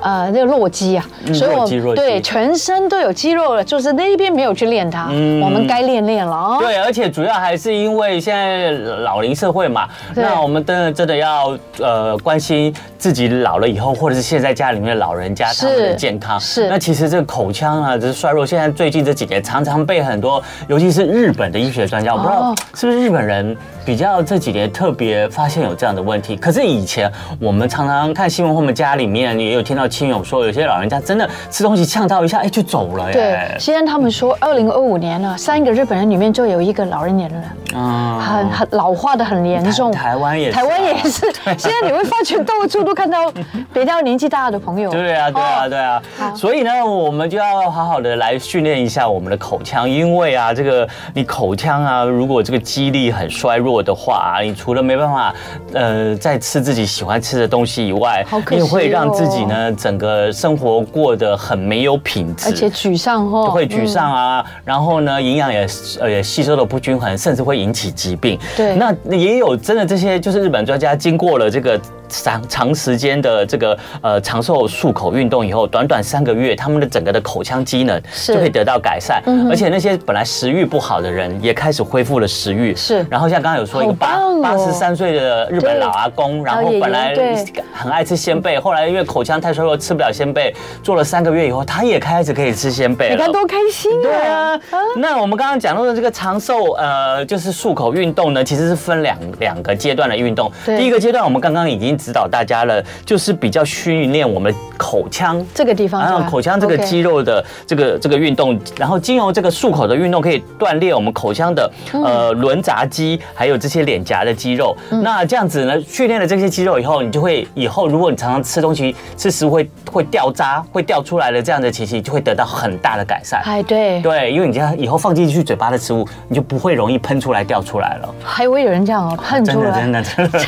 B: 呃，那个弱鸡啊，
C: 弱鸡弱鸡
B: 对全身都有肌肉了，就是那一边没有去练它，
C: 嗯
B: 我们该练练了啊。
C: 对，而且主要还是因为现在老龄社会嘛，
B: 对
C: 那我们真的真的要呃关心自己老了以后，或者是现在家里面的老人家他
B: 是
C: 们的健康。
B: 是
C: 那其实这个口腔啊，这是衰弱，现在最近这几年常常被很多，尤其是日本的医学专家，我不知道
B: 哦
C: 是不是日本人比较这几年特别发现有这样的问题。可是以前我们常常看新闻，或我们家里面也有听到亲友说，有些老人家真的吃东西呛到一下，哎，就走了
B: 对
C: 耶，。
B: 虽然他们说，二零二五年呢、三个日本人里面就有一个老人年了，
C: 嗯
B: 很很老化的很严重。
C: 台台湾也是啊
B: 台湾也
C: [LAUGHS]
B: 是。现在你会发觉到处都看到比较年纪大的朋友。
C: 对啊，对啊，对啊。
B: 哦好
C: 所以呢，我们就要好好的来训练一下我们的口腔，因为啊，这个你口腔啊，如果这个肌力很衰弱的话、啊，你除了没办法呃再吃自己喜欢吃的东西以外，
B: 好可
C: 你
B: 惜
C: 也
B: 哦
C: 会让自己呢整个生活过得很没有品质，
B: 而且嗯沮丧哦，
C: 会沮丧啊，然后呢，营养也呃也吸收的不均衡，甚至会引起疾病。
B: 嗯对
C: 那也有真的这些，就是日本专家经过了这个长长时间的这个呃长寿漱口运动以后，短短三个月，他们的整个的口腔机能
B: 是嗯
C: 就可以得到改善，而且那些本来食欲不好的人也开始恢复了食欲。
B: 是
C: 然后像刚刚有说一个
B: 好
C: 八
B: 棒哦
C: 八十三岁的日
B: 对
C: 本老阿公，然后
B: 老爷爷
C: 本来
B: 对嗯
C: 很爱吃鲜贝，后来因为口腔太衰弱吃不了鲜贝，做了三个月以后，他也开始可以吃鲜贝
B: 你
C: 了
B: 看。多开心啊！
C: 对啊，那我们刚刚讲到的这个长寿，呃，就是漱口运动呢，其实是分两两个阶段的运动。
B: 对
C: 第一个阶段，我们刚刚已经指导大家了，就是比较训练我们口腔。
B: 这个地方是
C: 然
B: 吧，
C: 后啊口腔这个
B: OK
C: 肌肉的这个这个运动，然后经由这个漱口的运动，可以锻炼我们口腔的呃轮匝肌，还有这些脸颊的肌肉。那这样子呢，训练了这些肌肉以后，你就会以后如果你常常吃东西吃食物会会掉渣、会掉出来的这样的情形，就会得到很大的改善。
B: 哎，对，
C: 对，因为你这样以后放进去嘴巴的食物，你就不会容易喷出来掉出来了。
B: 还会有人这样哦，喷
C: 真
B: 出
C: 的，
B: 来， [LAUGHS]
C: 真的，真的。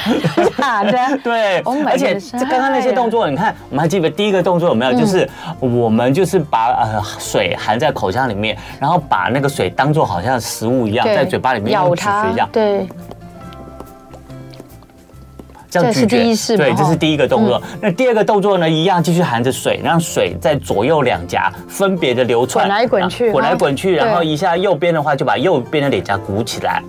B: 假的，
C: 对
B: Oh my
C: 而且
B: goodness，
C: 这刚刚那些动作，你看，我们还记得第一个动作有
B: 嗯
C: 没有？就是我们就是把呃水含在口腔里面，然后把那个水当做好像食物一样，
B: 对
C: 在嘴巴里面
B: 咬
C: 用咀
B: 它
C: 嚼一样，，
B: 对，
C: 这样
B: 这是
C: 咀嚼。
B: 第一式嘛
C: 对，
B: 哈嗯
C: 这是第一个动作。那第二个动作呢，一样继续含着水，让水在左右两颊分别的流窜，
B: 滚来滚去
C: 然后滚来
B: 哈
C: 滚去，然
B: 对
C: 后一下右边的话就把右边的脸颊鼓起来。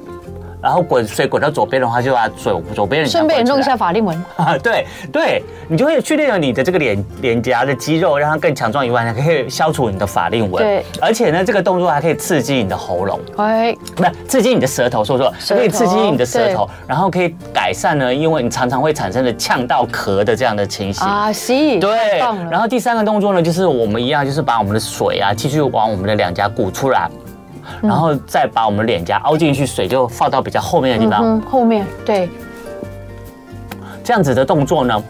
C: 然后滚水滚到左边的话，就把左左边的脸颊
B: 顺便也
C: 滚起
B: 弄一
C: 来
B: 下法令纹，
C: 啊， [LAUGHS] 对对，你就会训练了你的这个脸脸颊的肌肉，让它更强壮以外，还可以消除你的法令纹。
B: 对，
C: 而且呢，这个动作还可以刺激你的喉咙，
B: 哎，
C: 不是刺激你的舌头，说错，
B: 舌头
C: 可以刺激你的舌头，然后可以改善呢，因为你常常会产生的呛到咳的这样的情形。
B: 啊，吸，
C: 对
B: 太棒，
C: 然
B: 了，
C: 后第三个动作呢，就是我们一样，就是把我们的水啊，继续往我们的两颊鼓出来，
B: 嗯
C: 然后再把我们脸颊凹进去，水就放到比
B: 嗯
C: 较后面的地方，
B: 嗯，后面对，
C: 这样子的动作呢，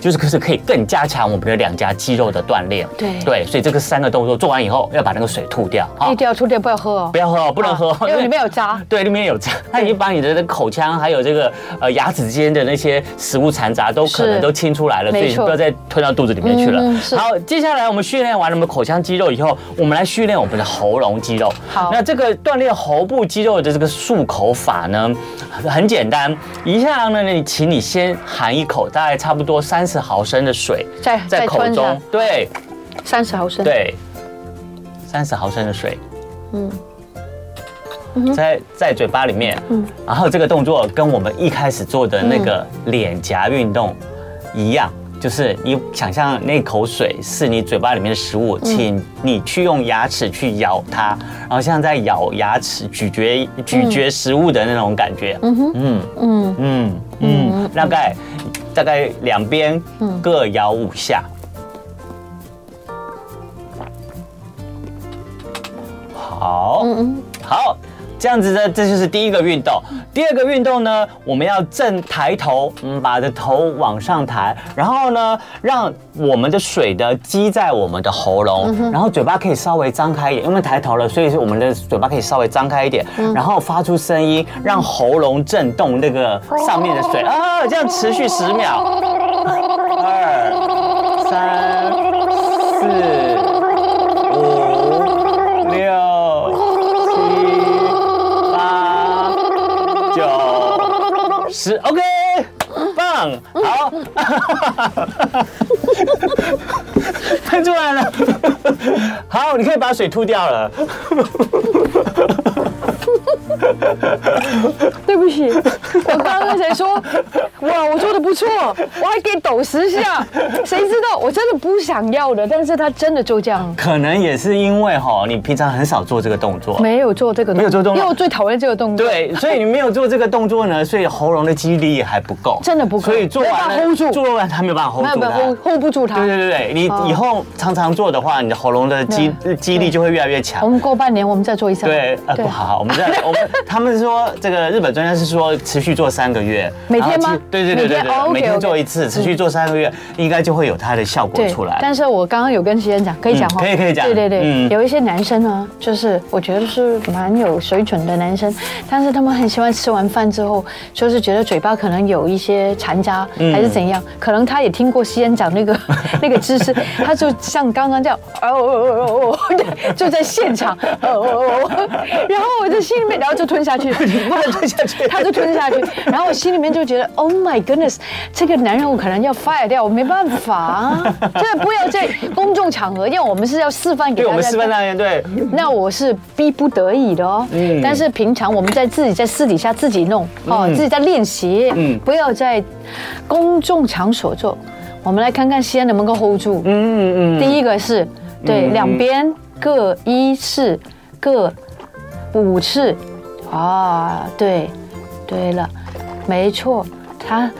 C: 就是可是可以更加强我们的两颊肌肉的锻炼。
B: 对
C: 对，所以这个三个动作做完以后，要把那个水吐掉啊
B: 一，定要出店不要喝哦，
C: 不要喝哦，不能喝哦，
B: 因为里面有渣。
C: 对，里面有渣，它已经把你的那口腔还有这个呃牙齿之间的那些食物残渣都可能
B: 是
C: 都清出来了，所
B: 没
C: 以
B: 错
C: 不要再吞到肚子里面去了
B: 嗯嗯。是
C: 好，接下来我们训练完了我们口腔肌肉以后，我们来训练我们的喉咙肌肉。
B: 好
C: 那这个锻炼喉部肌肉的这个漱口法呢，很简单，一下呢，你请你先含一口大概差不多三十毫升的水
B: 再
C: 在
B: 再
C: 口
B: 吞
C: 中
B: 下，
C: 对
B: 三十毫升，，
C: 对，三十毫升的水。
B: 嗯，
C: 在在嘴巴里面，
B: 嗯
C: 然后这个动作跟我们一开始做的那个
B: 嗯
C: 脸颊运动一样，就是你想象那口水是你嘴巴里面的食物，请你去用牙齿去咬它，然后像在咬牙齿、咀嚼咀嚼食物的那种感觉，嗯
B: 哼
C: 嗯
B: 嗯，
C: 嗯嗯，大概大概两边
B: 嗯
C: 各咬五下。好，
B: 嗯嗯，
C: 好，这样子呢，这就是第一个运动。第二个运动呢，我们要正抬头，嗯，把的头往上抬，然后呢，让我们的水呢积在我们的喉
B: 嗯
C: 咙，然后嘴巴可以稍微张开一点，因为抬头了，所以我们的嘴巴可以稍微张开一点，
B: 嗯
C: 然后发出声音，让喉咙震动那个上面的
B: 嗯
C: 水啊，这样持续十秒，二三四。五、六、七、八、九、十，OK，棒，好， [LAUGHS] 喷出来了，好，你可以把水吐掉了。
B: 对不起，我刚刚跟谁说，哇，我做的不错，我还给抖十下，谁知道我真的不想要的，但是他真的就这样，
C: 可能也是因为哈，你平常很少做这个动作。
B: 没有做这个，
C: 没有做动作
B: 因为我最讨厌这个动作，
C: 对，所以你没有做这个动作呢，所以喉咙的肌力也还不够，
B: 真的不够
C: 所以做完
B: 没办法
C: 了
B: hold 住
C: 做完它没有办法 hold
B: 没有
C: 住
B: 办法
C: 它
B: hold。hold 不住他。
C: 对对对对，你
B: 哦
C: 以后常常做的话，你的喉咙的肌
B: 对
C: 肌力就会越来越
B: 我
C: 强。
B: 们过半年，我们再做一次。啊
C: 对，呃，不好，我们在
B: [LAUGHS]
C: 我们他们说这个日本专家是说持续做三个月，
B: 每天吗
C: 然后持对对对
B: 每
C: 对
B: 天哦
C: 对，
B: ，OK，
C: 每天
B: OK
C: 做一次，持续做三个月，应该就会有它的效果
B: 对
C: 出来。
B: 但是我刚刚有跟齐燕讲，可以讲
C: 嗯
B: 哦，
C: 可以可以讲
B: 对对对
C: 嗯，
B: 有一些男生呢，就是我觉得是蛮有水准的男生，但是他们很喜欢吃完饭之后，就是觉得嘴巴可能有一些残渣
C: 嗯
B: 还是怎样，可能他也听过西安讲那个 [LAUGHS] 那个知
C: [LAUGHS]
B: 识，他就像刚刚这样，哦哦哦哦哦， [LAUGHS] 就在现场，哦哦哦哦，然后我就心里面，然后就吞下去，不能
C: 吞下
B: [LAUGHS]
C: 去
B: 他就吞下去，然后我心里面就觉得，Oh my goodness，这个男人我可能要 fire 掉，我没办法、啊， [LAUGHS] 这不要在公众场合，因为我们是要示范给
C: 对
B: 大
C: 我
B: 家。
C: 们示范。那对，
B: 那我是逼不得已的哦，
C: 嗯
B: 但是平常我们在自己在私底下自己弄哦，
C: 嗯
B: 自己在练习，
C: 嗯
B: 不要在公众场所做。我们来看看西安能不能够 hold 住。
C: 嗯嗯，
B: 第一个是对
C: 嗯
B: 两边各一次，各五次，啊，对，对了，没错，他。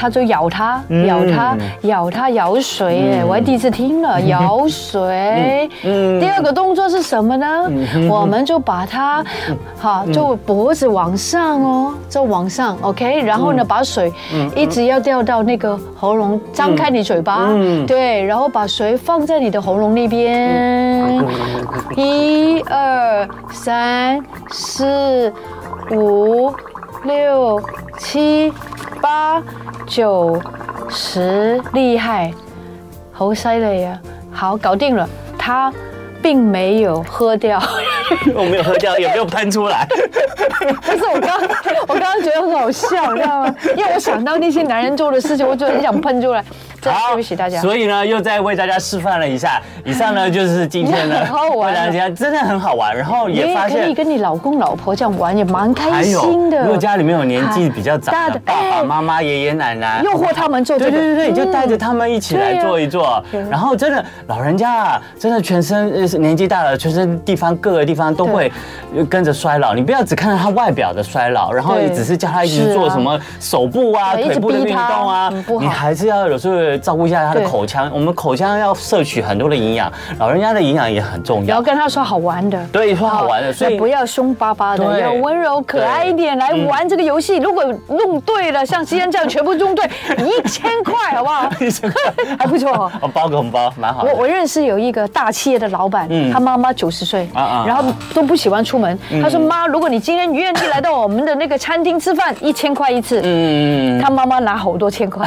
B: 他就咬它，
C: 嗯
B: 咬它，咬它，咬水耶！我还第一次听了，咬水。
C: [LAUGHS] 嗯
B: 第二个动作是什么呢？我们就把它，
C: 嗯
B: 哈，就脖子往上哦，就往上，OK。然
C: 嗯
B: 后呢，把水一直要掉到那个喉咙，张开你嘴巴，
C: 嗯
B: 对，然后把水放在你的喉咙那
C: 嗯
B: 边，一二三四五六七八九十，厉害，好犀利啊！好，搞定了，他并没有喝掉。 [LAUGHS]
C: 嗯我没有喝掉，也没有喷出来。
B: 不是我刚，我刚刚觉得很好笑，你知道吗？因为我想到那些男人做的事情，我就很想喷出来。真的对不起大家。
C: 所以呢，又再为大家示范了一下。以上呢，就是今天呢，
B: [LAUGHS] 很好玩
C: 为大家真的很好玩，然后
B: 你
C: 也发
B: 可以
C: 现。
B: 跟你老公老婆这样玩，也蛮开
C: 还有，
B: 心的。
C: 如果家里面有年纪比较
B: 大
C: 长的
B: 的哎
C: 爸爸妈妈、爷爷奶奶，
B: 诱惑他们做这
C: 对
B: 个，
C: 对对对，你就带着
B: 嗯。
C: 他们一起来
B: 对啊
C: 做一做，然后真的老人家啊，真的全身呃年纪大了，全身地方各个地方都会呃跟着衰老。你不要只看到他外表的衰老，然后
B: 对
C: 只是叫他一
B: 是
C: 直
B: 啊
C: 做什么手部啊、
B: 对一直
C: 腿部的
B: 逼
C: 运
B: 他嗯
C: 动啊
B: 很不，好
C: 你还是要有时候的照顾一下他的
B: 对
C: 口腔，我们口腔要摄取很多的营养，老人家的营养也很重
B: 然
C: 要
B: 后。跟他说好玩的，
C: 对说好玩的所以
B: 哎那不要凶巴巴的，
C: 对
B: 要温柔可爱一点来玩这个游戏。如果弄对了，像西安这样全部弄
C: [LAUGHS]
B: 对，一千块好不好？还不错。
C: 哦，包个红包蛮好的
B: 我。我认识有一个大企业的老板，
C: 嗯
B: 他妈妈九十岁，
C: 啊啊嗯
B: 然后都不喜欢出门。他说：“妈，如果你今天愿意来到我们的那个餐厅吃饭，一千块一次。”
C: 嗯，
B: 他妈妈拿好多
C: [LAUGHS]
B: 千块，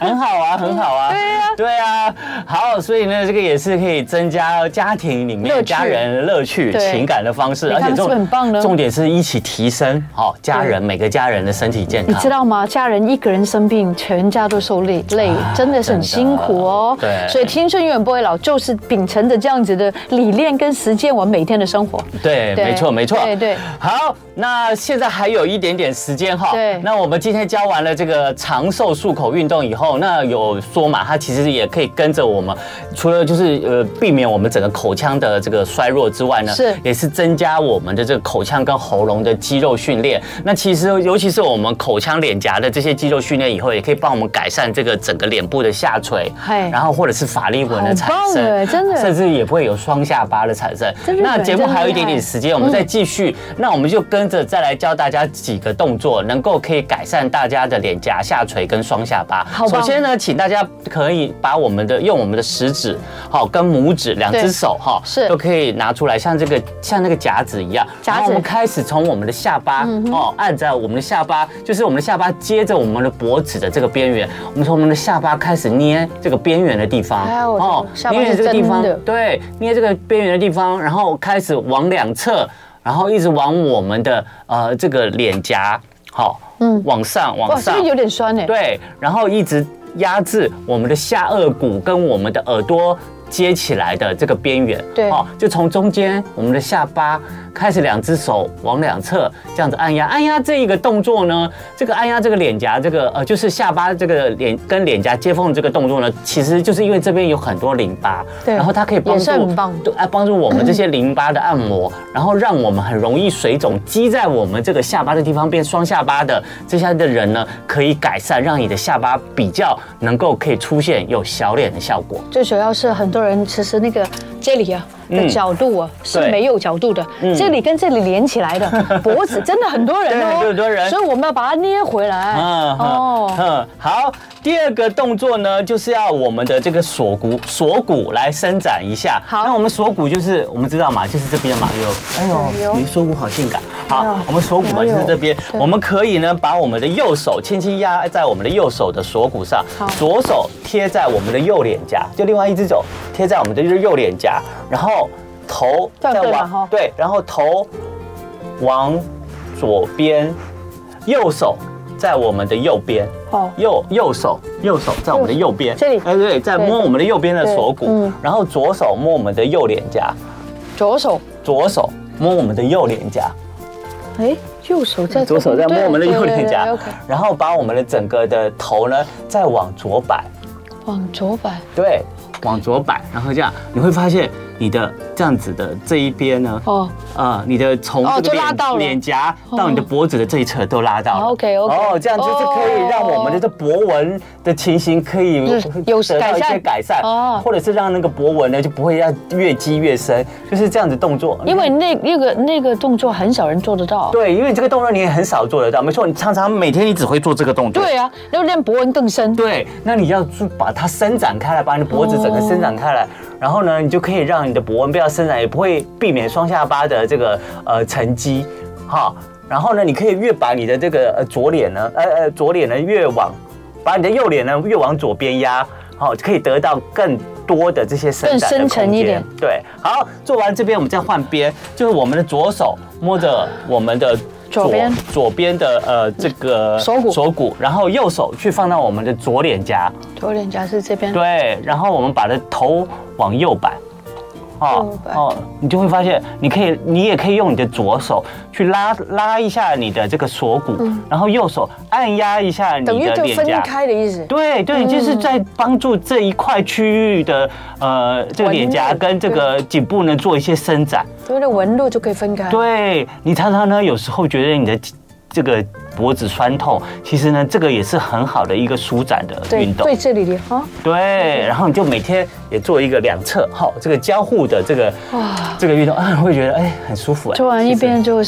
C: 很
B: [LAUGHS]
C: 好啊，很好啊。
B: 对啊
C: 对啊，好，所以呢，这个也是可以增加家庭里
B: 乐
C: 面
B: 趣
C: 家人乐趣、
B: 对
C: 情感的方式，
B: 你看是不是很棒呢
C: 重点是一起提升好家人每个家人的身体健
B: 你
C: 康
B: 知。道吗？家人一个人生病，全家都受累，累真的是很辛苦哦。
C: 真的对
B: 所以青春永远不会老，就是秉承着这样子的理念跟实践我每天的生活。
C: 对，
B: 对
C: 没错，没错。
B: 对对
C: 好，那现在还有一点点时间哈。
B: 对
C: 那我们今天教完了这个长寿漱口运动以后，那有说嘛，它其实也可以跟着我们，除了就是呃避免我们整个口腔的这个衰弱之外呢，
B: 是
C: 也是增加我们的这个口腔跟喉咙的肌肉训练。那其实尤其是我们口腔脸颊的这些肌肉训练以后，也可以帮我们改善这个整个脸部的下垂
B: 嗨，
C: 然后或者是法令纹的产
B: 好棒耶
C: 生，
B: 真的
C: 甚至也不会有双下巴的产生
B: 这日。本
C: 那节目
B: 真的嗯
C: 还有一
B: 厉
C: 点点
B: 害
C: 时间，我们再继续。那我们就跟着再来教大家几个动作，能够可以改善大家的脸颊下垂跟双下巴
B: 好。棒
C: 首先呢，请大家可以把我们的用我们的食指，好跟拇指两
B: 对
C: 只手哈，
B: 是
C: 都可以拿出来，像这个像那个夹子一样。
B: 夹子嗯
C: 然后我们开始从我们的下巴哦，按在我们的下巴，就是我们的下巴接着我们的脖子的这个边缘，我们从我们的下巴开始捏这个边缘的地方哦
B: 哎呀我下巴
C: 捏
B: 是
C: 这个地
B: 真
C: 方
B: 的，
C: 对，捏这个边缘的地方，然后开始往两侧，然后一直往我们的呃这个脸颊，好，嗯，往上
B: 哇，
C: 往
B: 这
C: 上
B: 个，有点酸哎。
C: 对，然后一直压制我们的下颚骨跟我们的耳朵接起来的这个边缘，
B: 对
C: 哦，就从中间我们的下巴开始，两只手往两侧这样子按压，按压这一个动作呢，这个按压这个脸颊，这个呃就是下巴这个脸跟脸颊接缝的这个动作呢，其实就是因为这边有很多淋巴，
B: 对
C: 然后它可以帮
B: 也是很
C: 助
B: 棒嗯
C: 对啊帮助我们这些淋巴的按摩，然后让我们很容易水肿积在我们这个下巴的地方变双下巴的这些的人呢，可以改善，让你的下巴比较能够可以出现有小脸的效果。
B: 最主要是很多人其实那个这里啊的角度啊是
C: 对
B: 没有角度的，这里跟这里连起来的，脖子真的很多人哦，
C: 对很多人
B: 所以我们要把它捏回来。
C: 嗯
B: 哦
C: 哦，，嗯，好。第二个动作呢，就是要我们的这个锁骨锁骨来伸展一下。
B: 好
C: 那我们锁骨就是我们知道嘛，就是这边嘛，有，
B: 哎
C: 哎
B: 呦
C: 呦，你锁骨好性感。
B: 哎呦
C: 好，我们锁骨嘛
B: 哎呦
C: 就是这边，
B: 对
C: 我们可以呢把我们的右手轻轻压在我们的右手的锁骨上
B: 好，
C: 左手贴在我们的右脸颊，就另外一只手贴在我们的右脸颊，然后头
B: 这样对吗哈
C: 往对，然后头往左边，右手在我们的右边，
B: 哦
C: 右右手右手在我们的右边，
B: 这里
C: 哎对，在
B: 对
C: 摸我们的右边的
B: 对
C: 锁骨
B: 嗯，
C: 然后左手摸我们的右脸颊，
B: 左手，
C: 左手摸我们的右脸颊，
B: 哎，右手在
C: 左手在摸我们的右脸
B: 对
C: 颊
B: 对对对，OK，
C: 然后把我们的整个的头呢再往左摆，
B: 往左摆，
C: 对，往左摆，然后这样你会发现你的这样子的这一边呢，
B: 哦，
C: 啊，你的从
B: 哦
C: 这个
B: 就拉到了
C: 脸脸颊到你的脖子的这一侧都拉到了。
B: 哦，OK，OK
C: 哦，这样就是可以让我们的这脖纹的情形可以
B: 嗯有
C: 得到
B: 改
C: 一些
B: 善
C: 改善
B: 哦，
C: 或者是让那个脖纹呢就不会要越积越深，就是这样子动作。
B: 因为那那个那个动作很少人做得到。
C: 对，因为这个动作你也很少做得到，没错，你常常每天你只会做这个动作。
B: 对啊，要练博文更深。
C: 对，那你要就把它伸展开来，把你的脖子整个
B: 哦
C: 伸展开来，然后呢，你就可以让你的脖纹不要伸展，也不会避免双下巴的这个呃沉积，哈。然后呢，你可以越把你的这个呃左脸呢，呃呃左脸呢越往，把你的右脸呢越往左边压，好，可以得到更多的这些伸展的
B: 更深沉
C: 空
B: 一
C: 间
B: 点
C: 对，好，做完这边我们再换边，就是我们的左手摸着我们的
B: 左边
C: 左边的呃这个
B: 锁骨
C: 锁骨，然后右手去放到我们的左脸颊，
B: 左脸颊是这边。
C: 对，然后我们把它头往右摆。
B: 右摆
C: 哦，你就会发现，你可以，你也可以用你的左手去拉拉一下你的这个锁骨，然后右手按压一下你
B: 嗯
C: 的
B: 等于
C: 脸颊，
B: 就分开的意思。
C: 对对，就是在帮助这一块区域的呃这个脸颊
B: 纹路
C: 跟这个颈部呢做一些伸展。
B: 所以的纹路就可以分开。
C: 对你常常呢有时候觉得你的这个脖子酸痛，其实呢，这个也是很好的一个舒展的
B: 对
C: 运动。
B: 对这里的哈，
C: 对，然后你就每天也做一个两侧，好，这个交互的这个
B: 哇
C: 这个运动啊，会觉得哎很舒服哎。
B: 做完一
C: 其实
B: 边就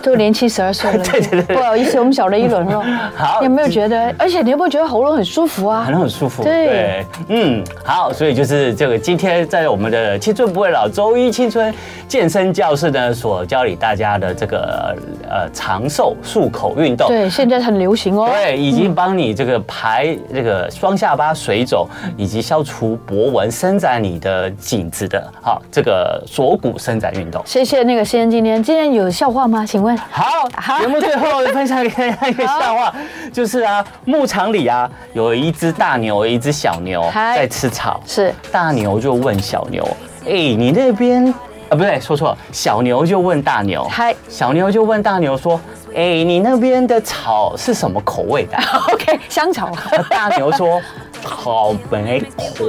B: 就年轻十二岁了，
C: [LAUGHS] 对对对
B: 不好意思，我们小了一轮了。
C: [LAUGHS] 好
B: 你有没有觉得？而且你有没有觉得喉咙很舒服啊
C: 很？很舒服，
B: 对，
C: 嗯，好，所以就是这个今天在我们的青春不会老周一青春健身教室呢，所教给大家的这个呃长寿漱口运动，
B: 对，现在很流行哦。
C: 嗯对，已经帮你这个排这个双下巴水肿，以及消除脖纹，伸展你的颈子的，好，这个锁骨伸展运动。
B: 谢谢那个先今天，今天有笑话吗？请问
C: 好
B: 好，
C: 节目最后分享给大家一个笑
B: [LAUGHS]
C: 话，就是啊，牧场里啊有一只大牛，有一只小牛
B: 嗨
C: 在吃草， [LAUGHS]
B: 是
C: 大牛就问小牛：“哎、你那边啊，不对，说错，了，小牛就问大牛，
B: 嗨
C: 小牛就问大牛说：‘哎、你那边的草是什么口味的？’”啊
B: OK 香
C: [LAUGHS]
B: 草，
C: 那大牛说：“草莓口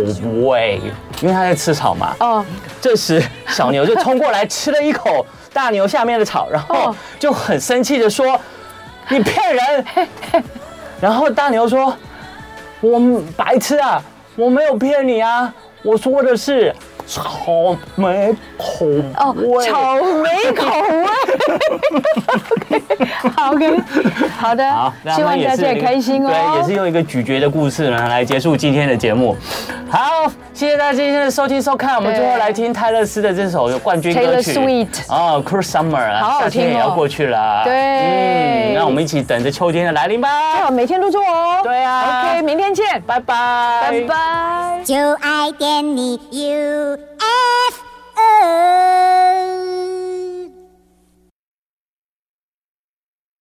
C: 味，因为他在吃草嘛。”
B: 哦，
C: 这时小牛就冲过来吃了一口大牛下面的草，然后
B: 哦
C: 就很生气的说：“你骗
B: [LAUGHS]
C: 人！”然后大牛说：“我白痴啊，我没有骗你啊，我说的是草莓口
B: 哦，
C: 味。”
B: 草莓口味。OK，好
C: [LAUGHS]
B: OK，好的，
C: 好，那
B: 希
C: 他
B: 望
C: 们也
B: 大
C: 是
B: 家也开心哦。
C: 对，也是用一个咀嚼的故事呢来结束今天的节目。好，谢谢大家今天的收听收看。我们
B: 对
C: 最后来听泰勒斯的这首冠军歌曲
B: Taylor Swift
C: 哦，Cruel Summer，
B: 好好
C: 夏天
B: 听哦
C: 也要过去了。啊
B: 对
C: 嗯，那我们一起等着秋天的来临吧。
B: 最哎好每天都做哦。
C: 对啊
B: ，OK，明天见，
C: 拜拜，
B: 拜拜。
D: 就爱点你 UFO。